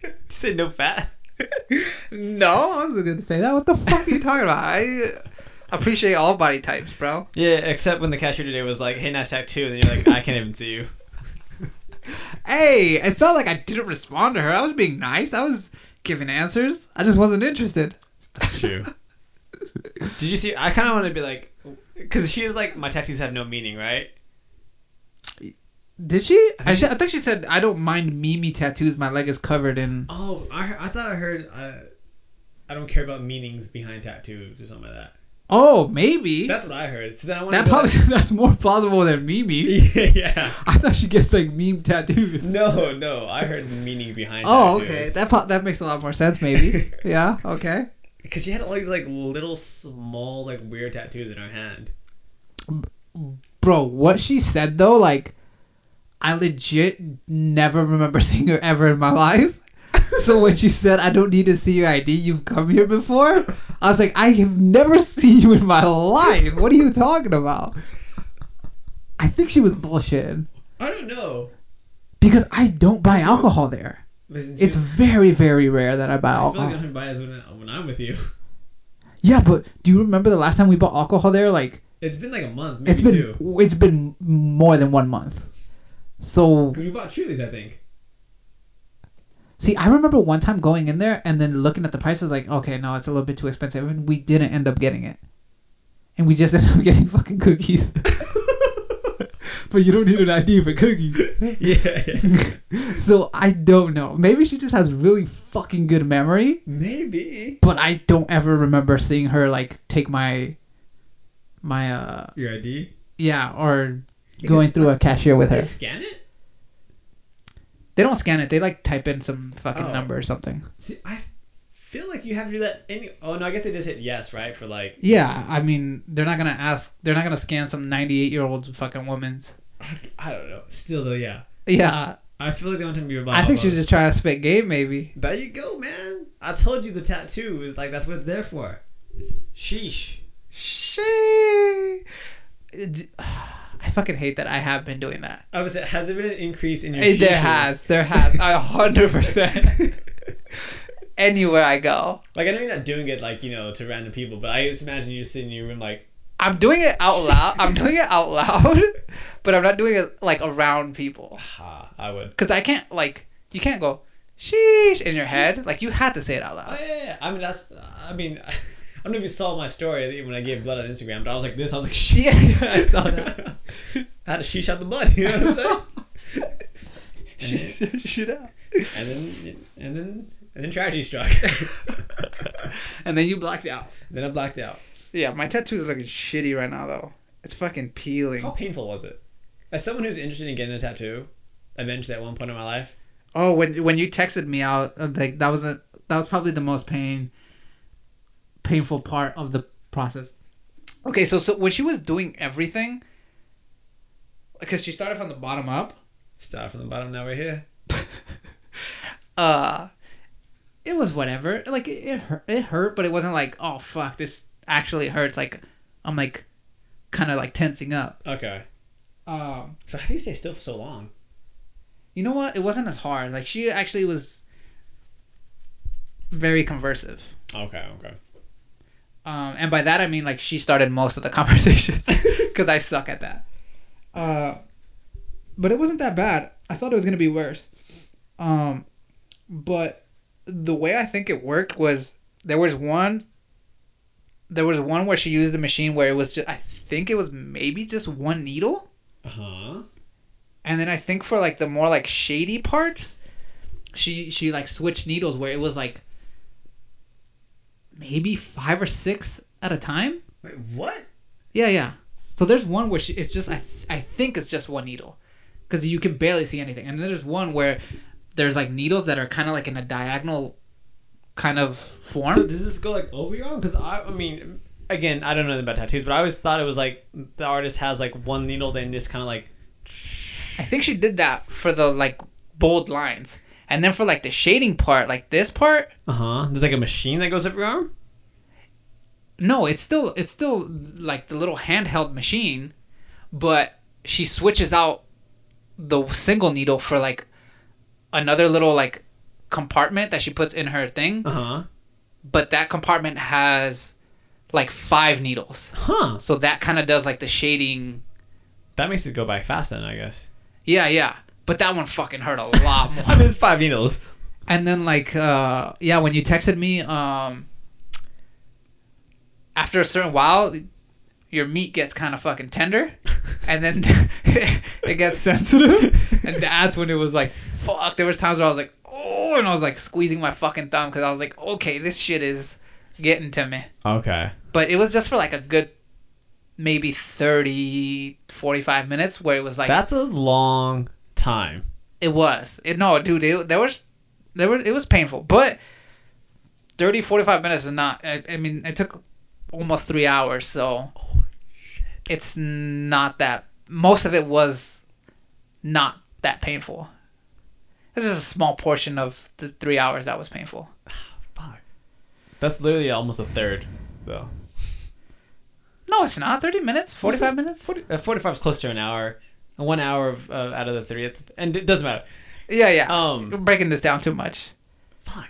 [SPEAKER 1] you say no fat?
[SPEAKER 2] [laughs] no, I wasn't gonna say that. What the fuck are you talking about? I appreciate all body types, bro.
[SPEAKER 1] Yeah, except when the cashier today was like, hey, nice hack too. And then you're like, I can't even see you.
[SPEAKER 2] Hey, it's not like I didn't respond to her. I was being nice. I was giving answers. I just wasn't interested.
[SPEAKER 1] That's true. [laughs] Did you see? I kind of want to be like, because she was like, my tattoos have no meaning, right?
[SPEAKER 2] Did she? I, sh- I think she said, "I don't mind Mimi tattoos. My leg is covered in."
[SPEAKER 1] Oh, I, I thought I heard, uh, I don't care about meanings behind tattoos or something like that.
[SPEAKER 2] Oh, maybe
[SPEAKER 1] That's what I heard. So then I want
[SPEAKER 2] that
[SPEAKER 1] to.
[SPEAKER 2] probably [laughs] that's more plausible than Mimi.
[SPEAKER 1] [laughs] yeah.
[SPEAKER 2] I thought she gets like meme tattoos.
[SPEAKER 1] No, no, I heard the meaning behind.
[SPEAKER 2] Oh,
[SPEAKER 1] tattoos.
[SPEAKER 2] okay. That po- that makes a lot more sense. Maybe.
[SPEAKER 1] [laughs]
[SPEAKER 2] yeah. Okay.
[SPEAKER 1] Because she had all these like little small like weird tattoos in her hand.
[SPEAKER 2] Bro, what she said though, like, I legit never remember [laughs] seeing her ever in
[SPEAKER 1] [laughs]
[SPEAKER 2] my life. so when she said, "I don't need to see your ID. You've come here before," I was like, "I have never [laughs] seen you in my life. What are you talking about?" I think she was bullshitting
[SPEAKER 1] I don't know.
[SPEAKER 2] because I don't buy alcohol there.
[SPEAKER 1] Listen to
[SPEAKER 2] It's very, very rare that I buy
[SPEAKER 1] I feel like
[SPEAKER 2] alcohol.
[SPEAKER 1] I'm gonna buy this when, I- when I'm with you. [laughs]
[SPEAKER 2] Yeah, but do you remember the last time we bought alcohol there? Like,
[SPEAKER 1] It's been like a month, maybe
[SPEAKER 2] it's been
[SPEAKER 1] two.
[SPEAKER 2] it's been more than one month. So
[SPEAKER 1] Because we bought Truly's, I
[SPEAKER 2] [laughs]
[SPEAKER 1] think. [laughs]
[SPEAKER 2] see, I remember one time going in there and then looking at the prices, like, okay, no, it's a little bit too expensive, and we didn't end up getting it, and we just [laughs] ended up getting
[SPEAKER 1] [laughs]
[SPEAKER 2] fucking cookies. but you don't need an ID for cookies.
[SPEAKER 1] [laughs] yeah, yeah.
[SPEAKER 2] so I don't know. Maybe she just has really fucking good memory,
[SPEAKER 1] Maybe.
[SPEAKER 2] but I don't ever remember seeing her like take my my uh
[SPEAKER 1] Your ID?
[SPEAKER 2] yeah or
[SPEAKER 1] Because-
[SPEAKER 2] going through a cashier with her.
[SPEAKER 1] They scan it?
[SPEAKER 2] They don't scan it. They like type in some fucking
[SPEAKER 1] Oh.
[SPEAKER 2] number or something.
[SPEAKER 1] See, I feel like you have to do that any. Oh, no, I guess they just hit yes, right? For like.
[SPEAKER 2] Yeah, I mean, they're not gonna ask. They're not gonna scan some ninety-eight-year-old fucking woman's.
[SPEAKER 1] I, I don't know. Still, though, yeah.
[SPEAKER 2] Yeah,
[SPEAKER 1] I feel like the only time you were
[SPEAKER 2] I think she was just trying to spit game, maybe.
[SPEAKER 1] There you go, man. I told you the tattoo is like, that's what it's there for. Sheesh.
[SPEAKER 2] She. [sighs] I fucking hate that I have been doing that.
[SPEAKER 1] I was has there been an increase in your
[SPEAKER 2] Eh, There
[SPEAKER 1] sheeshes?
[SPEAKER 2] has, there has, a hundred [laughs] percent. Anywhere I go,
[SPEAKER 1] [laughs] Like I know you're not doing it like you know to random people, but I just imagine you just sitting in your room like [sighs]
[SPEAKER 2] I'm doing it out loud. I'm doing it out loud, [laughs] but I'm not doing it like around people.
[SPEAKER 1] ha ah, I would.
[SPEAKER 2] Because I can't, like, you can't go, sheesh, in your head. Like, you had to say it out
[SPEAKER 1] Oh
[SPEAKER 2] loud.
[SPEAKER 1] yeah, yeah, yeah. I mean that's I mean [laughs] I don't know if you saw my story when I gave blood on Instagram, but I was like this. I was like shit.
[SPEAKER 2] Yeah, [laughs] yeah, I saw that.
[SPEAKER 1] [laughs] I had to sheesh out the blood. You know what I'm
[SPEAKER 2] [laughs]
[SPEAKER 1] saying?
[SPEAKER 2] She- she did.
[SPEAKER 1] and then and then and then tragedy struck. [laughs]
[SPEAKER 2] and then you blacked out.
[SPEAKER 1] then I blacked out.
[SPEAKER 2] Yeah, my tattoo is looking shitty right now, though. It's fucking peeling.
[SPEAKER 1] How
[SPEAKER 2] Oh,
[SPEAKER 1] painful was it? As someone who's interested in getting a tattoo, eventually at one point in my life,
[SPEAKER 2] Oh, when when you texted me out, uh, like that was a, that was probably the most pain, painful part of the process. Okay, so so when she was doing everything, because she started from the bottom up,
[SPEAKER 1] start from the bottom. Now we're here.
[SPEAKER 2] [laughs] uh it was whatever like it, it hurt it hurt but it wasn't like oh fuck this actually hurts like i'm like kind of like tensing up
[SPEAKER 1] Okay.
[SPEAKER 2] um
[SPEAKER 1] So how do you stay still for so long?
[SPEAKER 2] you know what it wasn't as hard like she actually was very conversive
[SPEAKER 1] Okay. Okay.
[SPEAKER 2] um and by that i mean like she started most of the [laughs] conversations because i suck at that uh but it wasn't that bad i thought it was gonna be worse um but the way I think it worked was there was one there was one where she used the machine where it was just I think it was maybe just one needle
[SPEAKER 1] Uh huh.
[SPEAKER 2] and then I think for like the more like shady parts she she like switched needles where it was like maybe 5 or 6 at a time
[SPEAKER 1] Wait, what?
[SPEAKER 2] yeah yeah so there's one where she it's just I th- I think it's just one needle cuz you can barely see anything and then there's one where there's like needles that are kind of like in a diagonal kind of form
[SPEAKER 1] So does this go like over your arm? Because I, I mean, again, I don't know about tattoos, but I always thought it was like the artist has like one needle, then just kind of like
[SPEAKER 2] I think she did that for the like bold lines. And then for like the shading part, like this part,
[SPEAKER 1] uh huh. There's like a machine that goes up your arm.
[SPEAKER 2] no, it's still it's still like the little handheld machine, but she switches out the single needle for like another little like compartment that she puts in her thing,
[SPEAKER 1] Uh huh.
[SPEAKER 2] but that compartment has like five needles.
[SPEAKER 1] Huh.
[SPEAKER 2] So that kind of does like the shading.
[SPEAKER 1] That makes it go by fast then, I guess. [laughs]
[SPEAKER 2] Yeah, yeah. But that one fucking hurt a lot more.
[SPEAKER 1] I [laughs] mean, it's five needles.
[SPEAKER 2] and then like uh yeah when you texted me um after a certain while your meat gets kind of fucking tender and then [laughs] it gets sensitive and that's when it was like fuck there was times where i was like oh and i was like squeezing my fucking thumb because i was like okay this shit is getting to me
[SPEAKER 1] Okay.
[SPEAKER 2] but it was just for like a good maybe 30 45 minutes where it was like
[SPEAKER 1] That's a long time.
[SPEAKER 2] it was. It, no, dude, it, there was there were it was painful, but 30 45 minutes is not I, I mean, it took almost 3 hours, so it's not that most of it was not that painful. This is a small portion of the 3 hours that was painful.
[SPEAKER 1] Fuck. That's literally almost a third, though.
[SPEAKER 2] No, it's not 30 minutes, 45 minutes.
[SPEAKER 1] 40, uh, 45 is close to an hour. And One hour of, uh, out of the three. It's, and it doesn't matter.
[SPEAKER 2] Yeah, yeah.
[SPEAKER 1] Um,
[SPEAKER 2] You're breaking this down too much.
[SPEAKER 1] fuck.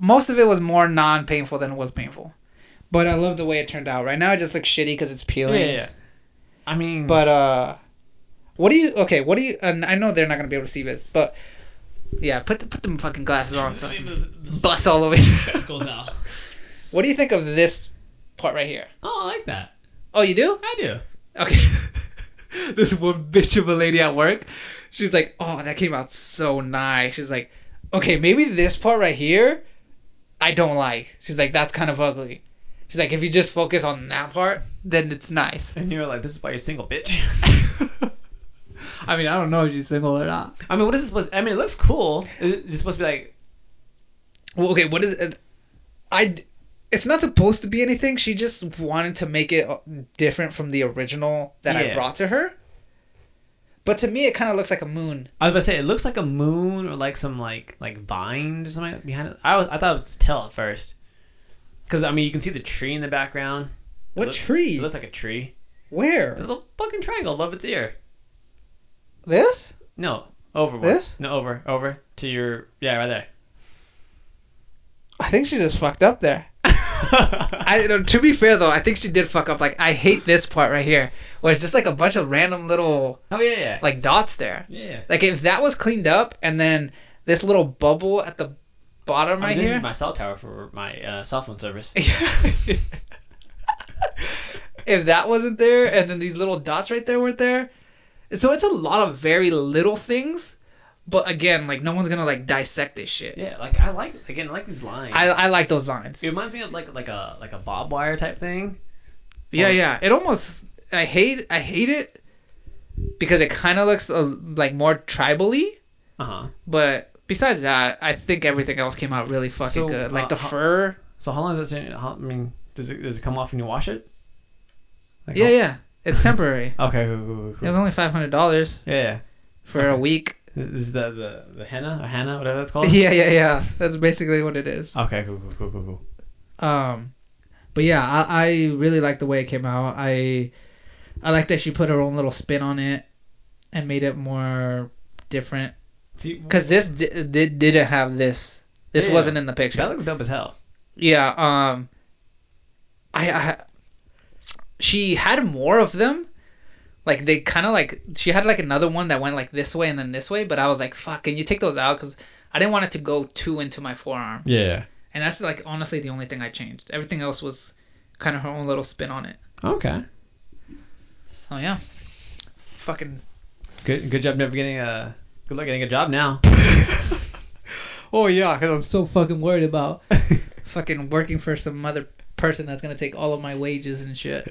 [SPEAKER 2] most of it was more non-painful than it was painful. But I love the way it turned out. Right now, it just looks shitty because it's
[SPEAKER 1] Yeah,
[SPEAKER 2] peeling.
[SPEAKER 1] yeah, yeah. I mean,
[SPEAKER 2] But uh, what do you? Okay, what do you? And I know they're not gonna be able to see this, but yeah, put the, put them fucking glasses on. So
[SPEAKER 1] spectacles
[SPEAKER 2] bust all the
[SPEAKER 1] [laughs]
[SPEAKER 2] way.
[SPEAKER 1] out.
[SPEAKER 2] what do you think of this part right here?
[SPEAKER 1] Oh, I like that.
[SPEAKER 2] Oh, you do?
[SPEAKER 1] I do.
[SPEAKER 2] Okay. [laughs] this one bitch of a lady at work, she's like, "Oh, that came out so nice." She's like, "Okay, maybe this part right here, I don't like." She's like, "That's kind of ugly." She's like, "If you just focus on that part, then it's nice."
[SPEAKER 1] And you're like, this is why you're single, bitch. [laughs]
[SPEAKER 2] I mean, I don't know if she's single or not.
[SPEAKER 1] I mean, what is this supposed? I mean, it looks cool. It's supposed to be like,
[SPEAKER 2] Well, okay, what is it? I. It's not supposed to be anything. She just wanted to make it uh, different from the original that I
[SPEAKER 1] Yeah.
[SPEAKER 2] brought to her. But to me, it kind of looks like a moon.
[SPEAKER 1] I was about to say, it looks like a moon or like some like like vines or something behind it. I was, I thought it was tell at first, because I mean, you can see the tree in the background. It
[SPEAKER 2] What
[SPEAKER 1] look-
[SPEAKER 2] tree?
[SPEAKER 1] It looks like a tree.
[SPEAKER 2] Where?
[SPEAKER 1] The little fucking triangle above its ear.
[SPEAKER 2] This?
[SPEAKER 1] No, over.
[SPEAKER 2] This?
[SPEAKER 1] No, over, over to your yeah, right there. [laughs]
[SPEAKER 2] I think she just fucked up there. I you know, to be fair though, I think she did fuck up. Like I hate this part right here, where it's just like a bunch of random little
[SPEAKER 1] Oh yeah, yeah,
[SPEAKER 2] like dots there.
[SPEAKER 1] yeah.
[SPEAKER 2] Like if that was cleaned up, and then this little bubble at the bottom
[SPEAKER 1] I
[SPEAKER 2] right
[SPEAKER 1] mean, Oh, this
[SPEAKER 2] here.
[SPEAKER 1] is my cell tower for my uh, cell phone
[SPEAKER 2] [laughs]
[SPEAKER 1] service.
[SPEAKER 2] if that wasn't there, and then these little dots right there weren't there, so it's a lot of very little things. But again, like no one's gonna like dissect this shit.
[SPEAKER 1] yeah, like I like again, I like these lines.
[SPEAKER 2] I, I like those lines.
[SPEAKER 1] it reminds me of like like a like a bob wire type thing.
[SPEAKER 2] Yeah,
[SPEAKER 1] Or-
[SPEAKER 2] yeah. It almost I hate I hate it because it kind of looks uh, like more tribally,
[SPEAKER 1] Uh huh.
[SPEAKER 2] but besides that, I think everything else came out really fucking
[SPEAKER 1] So,
[SPEAKER 2] good. Like
[SPEAKER 1] uh,
[SPEAKER 2] the
[SPEAKER 1] ho-
[SPEAKER 2] fur.
[SPEAKER 1] So how long does it? How, I mean, does it does it come off when you wash it? Like,
[SPEAKER 2] Yeah, yeah.
[SPEAKER 1] [laughs]
[SPEAKER 2] It's temporary.
[SPEAKER 1] yeah. Okay, cool, cool, cool,
[SPEAKER 2] It
[SPEAKER 1] cool.
[SPEAKER 2] was only five hundred dollars
[SPEAKER 1] Yeah, yeah.
[SPEAKER 2] for a week. [laughs]
[SPEAKER 1] This is the the the henna or henna whatever that's called.
[SPEAKER 2] Yeah, yeah, yeah. That's basically what it is.
[SPEAKER 1] Okay, cool, cool, cool, cool, cool.
[SPEAKER 2] Um, but yeah, I, I really like the way it came out. I I like that she put her own little spin on it and made it more different.
[SPEAKER 1] See,
[SPEAKER 2] Cause this di- did didn't have this. This
[SPEAKER 1] Yeah.
[SPEAKER 2] wasn't in the picture.
[SPEAKER 1] that looks dope as hell.
[SPEAKER 2] Yeah. Um. I, I. She had more of them. Like they kind of like she had like another one that went like this way and then this way, but I was like, "Fuck!" Can you take those out? Because I didn't want it to go too into my forearm,
[SPEAKER 1] Yeah.
[SPEAKER 2] and that's like honestly the only thing I changed. Everything else was kind of her own little spin on it.
[SPEAKER 1] Okay.
[SPEAKER 2] Oh yeah, fucking.
[SPEAKER 1] Good. Good job never getting a. Good luck getting a job
[SPEAKER 2] [laughs]
[SPEAKER 1] now.
[SPEAKER 2] Oh yeah, because I'm so fucking worried [laughs] about fucking working for some other person that's gonna take all of my wages and [laughs] shit.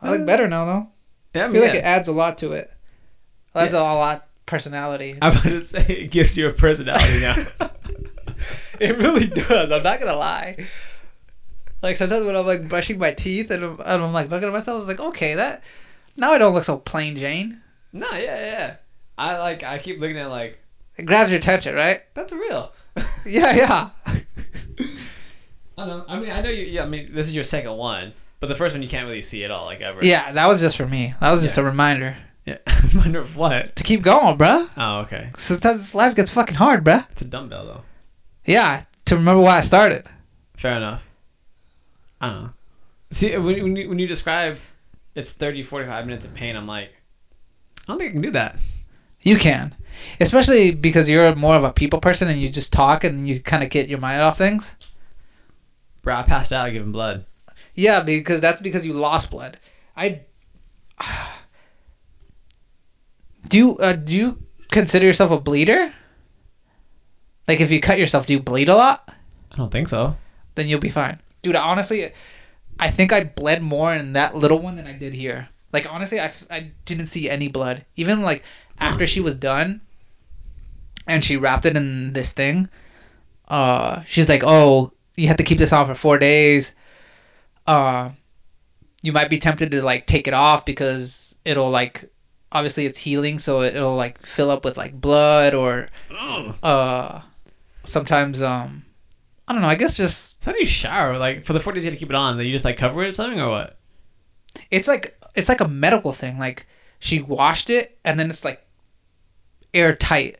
[SPEAKER 2] I look better now though.
[SPEAKER 1] Yeah, I
[SPEAKER 2] I
[SPEAKER 1] mean,
[SPEAKER 2] feel like
[SPEAKER 1] yeah.
[SPEAKER 2] it adds a lot to it. Adds a lot personality.
[SPEAKER 1] I'm about to say it gives you a personality now.
[SPEAKER 2] [laughs] It really does. I'm not gonna lie. Like sometimes when I'm like brushing my teeth and I'm, and I'm like looking at myself, I was like, okay, that now I don't look so plain Jane.
[SPEAKER 1] no, yeah, yeah. I like. I keep looking at it like
[SPEAKER 2] It grabs your attention, right?
[SPEAKER 1] that's real. [laughs]
[SPEAKER 2] Yeah, yeah.
[SPEAKER 1] I don't know. I mean, I know you. Yeah, I mean, this is your second one, But the first one you can't really see at all, like ever.
[SPEAKER 2] Yeah, that was just for me. That was just
[SPEAKER 1] Yeah.
[SPEAKER 2] a reminder
[SPEAKER 1] [laughs] Yeah. Wonder if what?
[SPEAKER 2] to keep going, bruh.
[SPEAKER 1] Oh, okay.
[SPEAKER 2] Sometimes this life gets fucking hard, bruh.
[SPEAKER 1] It's a dumbbell though.
[SPEAKER 2] Yeah, to remember why I started.
[SPEAKER 1] Fair enough. I don't know. See, when, when, you, when you describe it's 30, 45 minutes of pain, I'm like, I don't think I can do that.
[SPEAKER 2] You can, especially because you're more of a people person and you just talk and you kind of get your mind off things.
[SPEAKER 1] Bro, I passed out giving blood.
[SPEAKER 2] Yeah, because that's because you lost blood. I [sighs] do. You, uh, do you consider yourself a bleeder? Like, if you cut yourself, do you bleed a lot?
[SPEAKER 1] I don't think so.
[SPEAKER 2] Then you'll be fine, dude. Honestly, I think I bled more in that little one than I did here. Like, honestly, I, f- I didn't see any blood. Even like after she was done, and she wrapped it in this thing. Uh, she's like, "Oh, you have to keep this on for four days. Uh, you might be tempted to like take it off because it'll like, obviously it's healing, so it'll like fill up with like blood or
[SPEAKER 1] Ugh.
[SPEAKER 2] uh, sometimes um, I don't know. I guess just
[SPEAKER 1] So how do you shower? Like, for the 40 days you had to keep it on, then you just like cover it or something or what?
[SPEAKER 2] it's like it's like a medical thing. Like she washed it and then it's like airtight.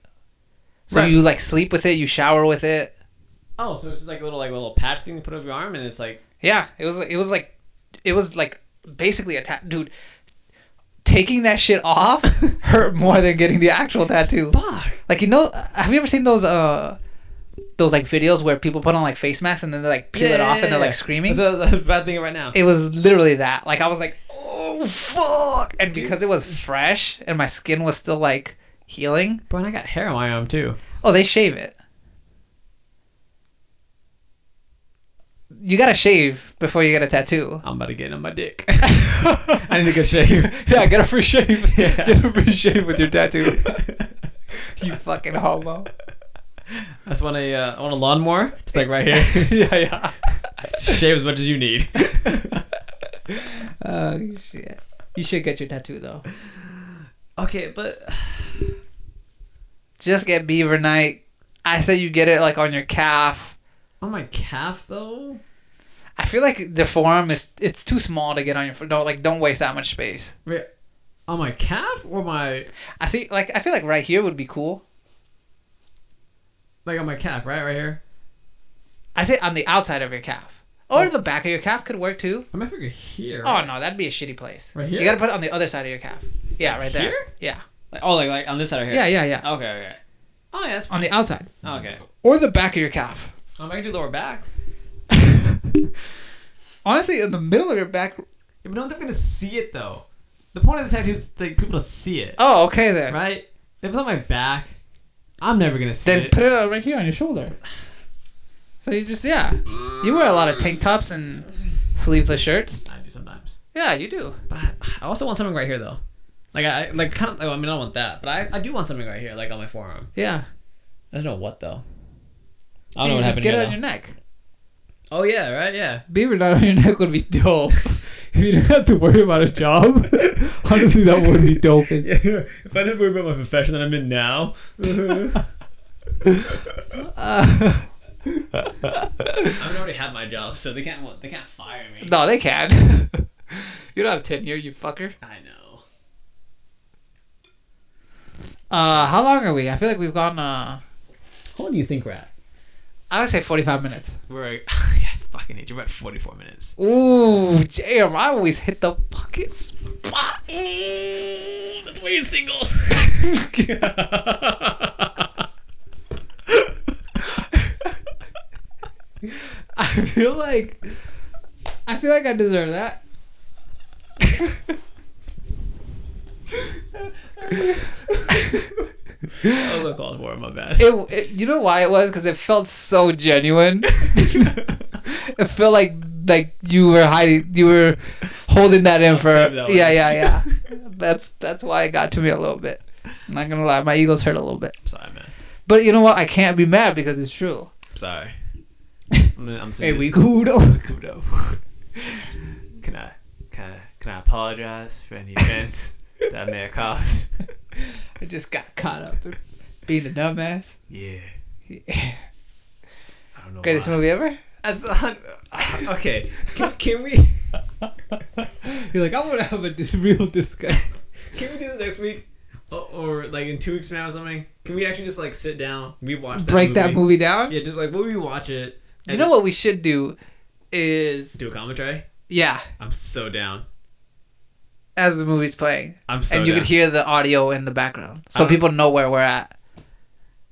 [SPEAKER 2] So
[SPEAKER 1] Right.
[SPEAKER 2] you like sleep with it, you shower with it.
[SPEAKER 1] Oh, so it's just like a little like little patch thing you put over your arm and it's like,
[SPEAKER 2] Yeah, it was it was like it was like basically a tattoo. Dude, taking that shit off hurt more than getting the actual tattoo.
[SPEAKER 1] fuck.
[SPEAKER 2] Like you know, have you ever seen those uh those like videos where people put on like face masks and then they like peel it off and they're like screaming?
[SPEAKER 1] That's a, that's a bad thing right now.
[SPEAKER 2] it was literally that. Like I was like, oh fuck, and because it was fresh and my skin was still like healing.
[SPEAKER 1] Bro, and I got hair on my arm too.
[SPEAKER 2] Oh, they shave it. You gotta shave before you get a [laughs] tattoo.
[SPEAKER 1] I'm about to get on my dick. [laughs] I need to go shave. [laughs]
[SPEAKER 2] Yeah, get a free [laughs] shave.
[SPEAKER 1] Yeah.
[SPEAKER 2] Get a free shave with your [laughs] tattoo. you fucking homo.
[SPEAKER 1] I just want a, uh, I want a lawnmower. It's like right [laughs] here.
[SPEAKER 2] [laughs] yeah, yeah.
[SPEAKER 1] shave as much as you need. [laughs]
[SPEAKER 2] Oh shit. You should get your tattoo though.
[SPEAKER 1] Okay, but
[SPEAKER 2] Just get Beaver Night. I say you get it like on your calf.
[SPEAKER 1] on my calf though.
[SPEAKER 2] I feel like the forearm is it's too small to get on your foot. No, like don't waste that much space.
[SPEAKER 1] Wait, on my calf or my
[SPEAKER 2] I see like I feel like right here would be cool.
[SPEAKER 1] like on my calf, right, right here.
[SPEAKER 2] I say on the outside of your calf. Or
[SPEAKER 1] Oh.
[SPEAKER 2] the back of your calf could work too.
[SPEAKER 1] I'm gonna figure here.
[SPEAKER 2] Oh no, that'd be a shitty place.
[SPEAKER 1] Right here?
[SPEAKER 2] You gotta put it on the other side of your calf. Yeah, right there.
[SPEAKER 1] Here?
[SPEAKER 2] Yeah.
[SPEAKER 1] Like, oh, like like on this side right here.
[SPEAKER 2] Yeah, yeah, yeah.
[SPEAKER 1] Okay, okay. Oh yeah, that's
[SPEAKER 2] On the outside.
[SPEAKER 1] okay.
[SPEAKER 2] Or the back of your calf.
[SPEAKER 1] Um, I can do lower back.
[SPEAKER 2] Honestly, in the middle of your back.
[SPEAKER 1] Yeah, but no one's ever gonna see it though. The point of the tattoo is like people to see it,
[SPEAKER 2] Oh, okay then.
[SPEAKER 1] right? If it's on my back, I'm never gonna see
[SPEAKER 2] Then
[SPEAKER 1] it.
[SPEAKER 2] put it on right here on your shoulder. So you just yeah. You wear a lot of tank tops and sleeveless shirts.
[SPEAKER 1] I do sometimes,
[SPEAKER 2] Yeah, you do.
[SPEAKER 1] but I, I also want something right here though. Like I I- like kind of. I mean, I don't want that, but I, I do want something right here, like on my forearm.
[SPEAKER 2] Yeah.
[SPEAKER 1] I don't know what though. I don't know
[SPEAKER 2] you
[SPEAKER 1] what
[SPEAKER 2] just
[SPEAKER 1] happened
[SPEAKER 2] get
[SPEAKER 1] here,
[SPEAKER 2] it
[SPEAKER 1] though.
[SPEAKER 2] on your neck.
[SPEAKER 1] Oh yeah, right, yeah.
[SPEAKER 2] Beaver knot on your neck would be dope. if you didn't have to worry about a job. [laughs] Honestly, that would be dope.
[SPEAKER 1] [laughs] if I didn't worry about my profession that I'm in
[SPEAKER 2] [laughs]
[SPEAKER 1] now, [laughs] I mean, I already have my job, so they can't they can't fire me.
[SPEAKER 2] No, they can. you don't have tenure, you fucker.
[SPEAKER 1] I know.
[SPEAKER 2] Uh, how long are we? I feel like we've gone. Uh,
[SPEAKER 1] How long do you think we're at?
[SPEAKER 2] I would say forty-five minutes.
[SPEAKER 1] We're [laughs] yeah, I fucking hate you. We're at 44 minutes.
[SPEAKER 2] Ooh, damn! I always hit the fucking spot. [laughs]
[SPEAKER 1] Mm, That's why you're single.
[SPEAKER 2] I feel like. I feel like I deserve that.
[SPEAKER 1] [laughs] I was gonna call it more. My bad.
[SPEAKER 2] It, it, you know why it was? Because it felt
[SPEAKER 1] [laughs]
[SPEAKER 2] so genuine. it felt like like you were hiding, you were holding that in for.
[SPEAKER 1] save that one.
[SPEAKER 2] yeah,
[SPEAKER 1] [laughs]
[SPEAKER 2] yeah, yeah. that's that's why it got to me a little bit. I'm not gonna lie, my ego's hurt a little bit.
[SPEAKER 1] I'm sorry, man.
[SPEAKER 2] But you know what? I can't be mad because it's true.
[SPEAKER 1] I'm sorry. I'm, I'm single.
[SPEAKER 2] kudo.
[SPEAKER 1] Kudo. [laughs] can I can I, can I apologize for any offense that I may have caused?
[SPEAKER 2] I just got caught up in being a dumbass.
[SPEAKER 1] Yeah. I don't know.
[SPEAKER 2] Greatest
[SPEAKER 1] why. [laughs]
[SPEAKER 2] movie ever.
[SPEAKER 1] As a hun- okay, can, can we
[SPEAKER 2] You're like, I want to have a dis- real discussion.
[SPEAKER 1] Can we do this next week? O- Or, like in two weeks from now or something? Can we actually just like sit down, we watch that
[SPEAKER 2] Break
[SPEAKER 1] movie?
[SPEAKER 2] that movie down.
[SPEAKER 1] Yeah, just like what we watch it.
[SPEAKER 2] You know what we should do is
[SPEAKER 1] Do a commentary.
[SPEAKER 2] yeah,
[SPEAKER 1] I'm so down.
[SPEAKER 2] as the movie's playing,
[SPEAKER 1] I'm so. Uh-huh.
[SPEAKER 2] and you
[SPEAKER 1] down.
[SPEAKER 2] could hear the audio in the background, so
[SPEAKER 1] don't-
[SPEAKER 2] people know where we're at.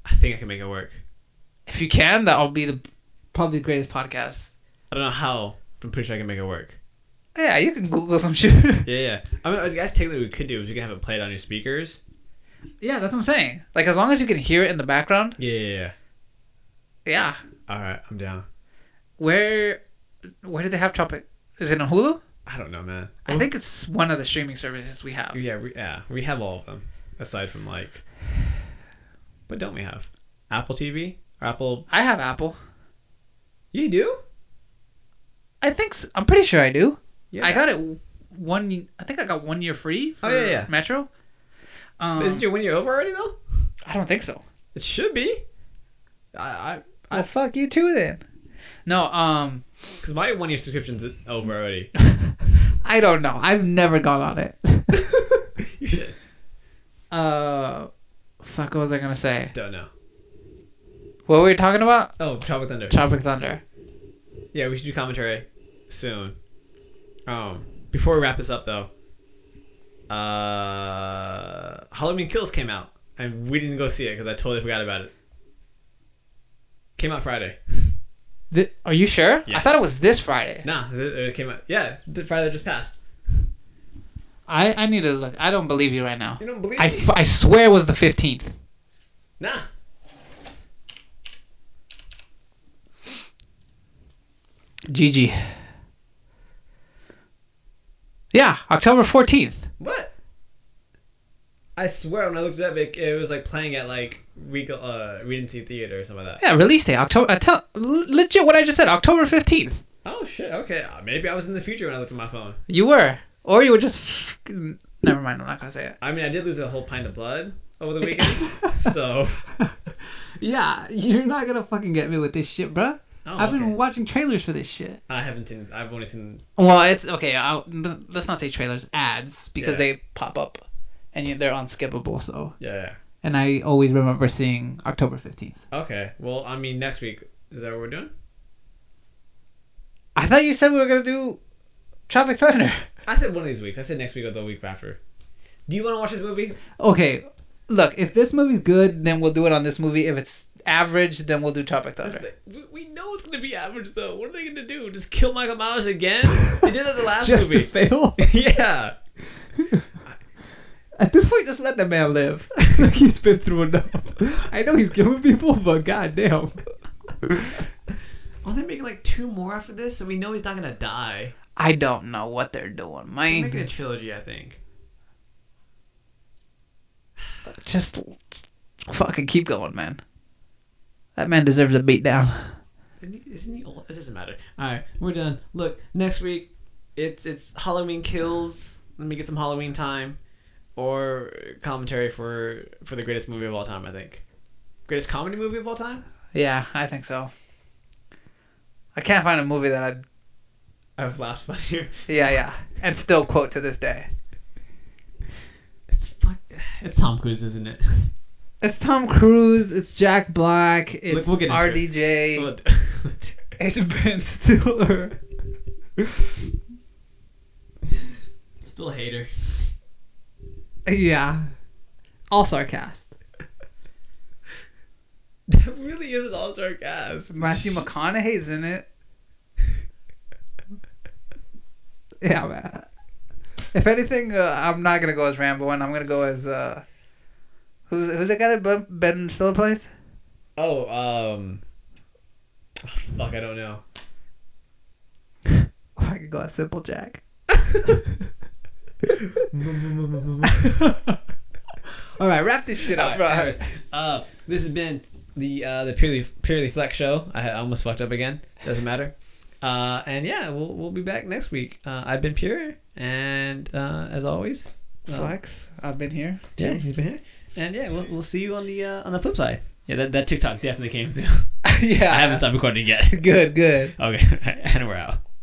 [SPEAKER 1] I think I can make it work.
[SPEAKER 2] If you can, that'll be the probably the greatest podcast.
[SPEAKER 1] I don't know how, but I'm pretty sure I can make it work.
[SPEAKER 2] Yeah, you can Google some [laughs] shit.
[SPEAKER 1] Yeah, yeah. I mean, I guess technically what we could do is we could have it played on your speakers.
[SPEAKER 2] yeah, that's what I'm saying. Like as long as you can hear it in the background,
[SPEAKER 1] Yeah, yeah, yeah.
[SPEAKER 2] yeah.
[SPEAKER 1] All right, I'm down.
[SPEAKER 2] Where where do they have Chop It? Is it on Hulu?
[SPEAKER 1] I don't know, man.
[SPEAKER 2] I think it's one of the streaming services we have.
[SPEAKER 1] Yeah, we, yeah. We have all of them aside from like. But don't we have Apple TV? Or Apple?
[SPEAKER 2] I have Apple.
[SPEAKER 1] You do?
[SPEAKER 2] I think so. I'm pretty sure I do.
[SPEAKER 1] Yeah.
[SPEAKER 2] I got it one. I think I got one year free. For
[SPEAKER 1] Oh, yeah, yeah.
[SPEAKER 2] Metro. Um,
[SPEAKER 1] Isn't your one year over already though?
[SPEAKER 2] I don't think so.
[SPEAKER 1] It should be. I, I,
[SPEAKER 2] Well, fuck you too then. No, um,
[SPEAKER 1] because my one year subscription's over already.
[SPEAKER 2] I don't know. I've never gone on it. [laughs]
[SPEAKER 1] you should.
[SPEAKER 2] uh, fuck. What was I gonna say?
[SPEAKER 1] Don't know.
[SPEAKER 2] What were we talking about?
[SPEAKER 1] Oh, Tropic Thunder.
[SPEAKER 2] Tropic Thunder.
[SPEAKER 1] Yeah, we should do commentary soon. Um, before we wrap this up though, uh, Halloween Kills came out and we didn't go see it because I totally forgot about it. Came out Friday.
[SPEAKER 2] Th- are you sure?
[SPEAKER 1] Yeah.
[SPEAKER 2] I thought it was this Friday.
[SPEAKER 1] Nah, it, it came out. Yeah, the Friday that just passed.
[SPEAKER 2] I I need to look. I don't believe you right now.
[SPEAKER 1] You don't believe
[SPEAKER 2] I,
[SPEAKER 1] me?
[SPEAKER 2] f- I swear it was the fifteenth.
[SPEAKER 1] nah.
[SPEAKER 2] GG. Yeah, October fourteenth.
[SPEAKER 1] What? I swear when I looked it up, it, it was like playing at like we uh Regency Theater or something like that.
[SPEAKER 2] Yeah, release day October. I tell l- legit what I just said. October fifteenth.
[SPEAKER 1] Oh shit! Okay, Uh, maybe I was in the future when I looked at my phone.
[SPEAKER 2] You were, or you were just. F- never mind. I'm not gonna say it.
[SPEAKER 1] I mean, I did lose a whole pint of blood over the weekend,
[SPEAKER 2] [laughs]
[SPEAKER 1] so
[SPEAKER 2] Yeah, you're not gonna fucking get me with this shit, bruh.
[SPEAKER 1] Oh, I've been okay.
[SPEAKER 2] watching trailers for this shit.
[SPEAKER 1] I haven't seen. I've only seen.
[SPEAKER 2] Well, it's okay. I'll, n- let's not say trailers, ads, because
[SPEAKER 1] Yeah.
[SPEAKER 2] they pop up, and you, they're unskippable. So,
[SPEAKER 1] Yeah.
[SPEAKER 2] and I always remember seeing October fifteenth.
[SPEAKER 1] Okay. Well, I mean, next week is that what we're doing?
[SPEAKER 2] I thought you said we were gonna do Tropic Thunder.
[SPEAKER 1] I said one of these weeks. I said next week or the week after. Do you want to watch this movie?
[SPEAKER 2] [laughs] Okay, look, if this movie's good, then we'll do it on this movie. If it's average, then we'll do Tropic Thunder.
[SPEAKER 1] We- We know it's gonna be average though. What are they gonna do? Just kill Michael Myers again? They did that the last
[SPEAKER 2] [laughs] just
[SPEAKER 1] movie.
[SPEAKER 2] to fail.
[SPEAKER 1] [laughs] yeah.
[SPEAKER 2] At this point, just let the man [laughs] live. Like, he's been through enough. I know he's killing people, but goddamn.
[SPEAKER 1] Are they making like two more after this? So we know he's not gonna die.
[SPEAKER 2] I don't know what they're doing,
[SPEAKER 1] They're
[SPEAKER 2] man.
[SPEAKER 1] making a trilogy, I think.
[SPEAKER 2] Just fucking keep going, man. That man deserves a beat down.
[SPEAKER 1] Isn't he, isn't he old? It doesn't matter. All right, we're done. Look, next week, it's it's Halloween kills. Let me get some Halloween time, or commentary for for the greatest movie of all time. I think greatest comedy movie of all time.
[SPEAKER 2] Yeah, I think so. I can't find a movie that I'd.
[SPEAKER 1] I've laughed funnier.
[SPEAKER 2] Yeah, yeah. And still quote to this day.
[SPEAKER 1] [laughs] It's fuck. It's Tom Cruise, isn't it?
[SPEAKER 2] It's Tom Cruise, it's Jack Black, it's
[SPEAKER 1] we'll get into it.
[SPEAKER 2] RDJ.
[SPEAKER 1] Well,
[SPEAKER 2] It's Ben Stiller.
[SPEAKER 1] [laughs]
[SPEAKER 2] [laughs]
[SPEAKER 1] it's Bill Hader. [laughs]
[SPEAKER 2] yeah. All sarcast.
[SPEAKER 1] That really is an all star cast.
[SPEAKER 2] Matthew McConaughey's in it. [laughs] yeah, man. If anything, uh, I'm not gonna go as Rambo, and I'm gonna go as uh, who's who's that guy that Ben- Ben Stiller plays?
[SPEAKER 1] Oh, um, oh, fuck, I don't know.
[SPEAKER 2] Or I could go as Simple Jack. All right, wrap this shit up,
[SPEAKER 1] All
[SPEAKER 2] bro.
[SPEAKER 1] right, anyways, uh, this has been the uh, the purely purely flex show. I I almost fucked up again. Doesn't matter. Uh, and yeah, we'll we'll be back next week. Uh, I've been pure, and uh, as always, uh,
[SPEAKER 2] Flex, I've been here.
[SPEAKER 1] yeah, he's been here. And yeah, we'll, we'll see you on the uh, on the flip side. Yeah, that, that TikTok definitely came through.
[SPEAKER 2] [laughs] yeah,
[SPEAKER 1] I haven't stopped recording yet. [laughs]
[SPEAKER 2] Good, good.
[SPEAKER 1] Okay, [laughs] and we're out.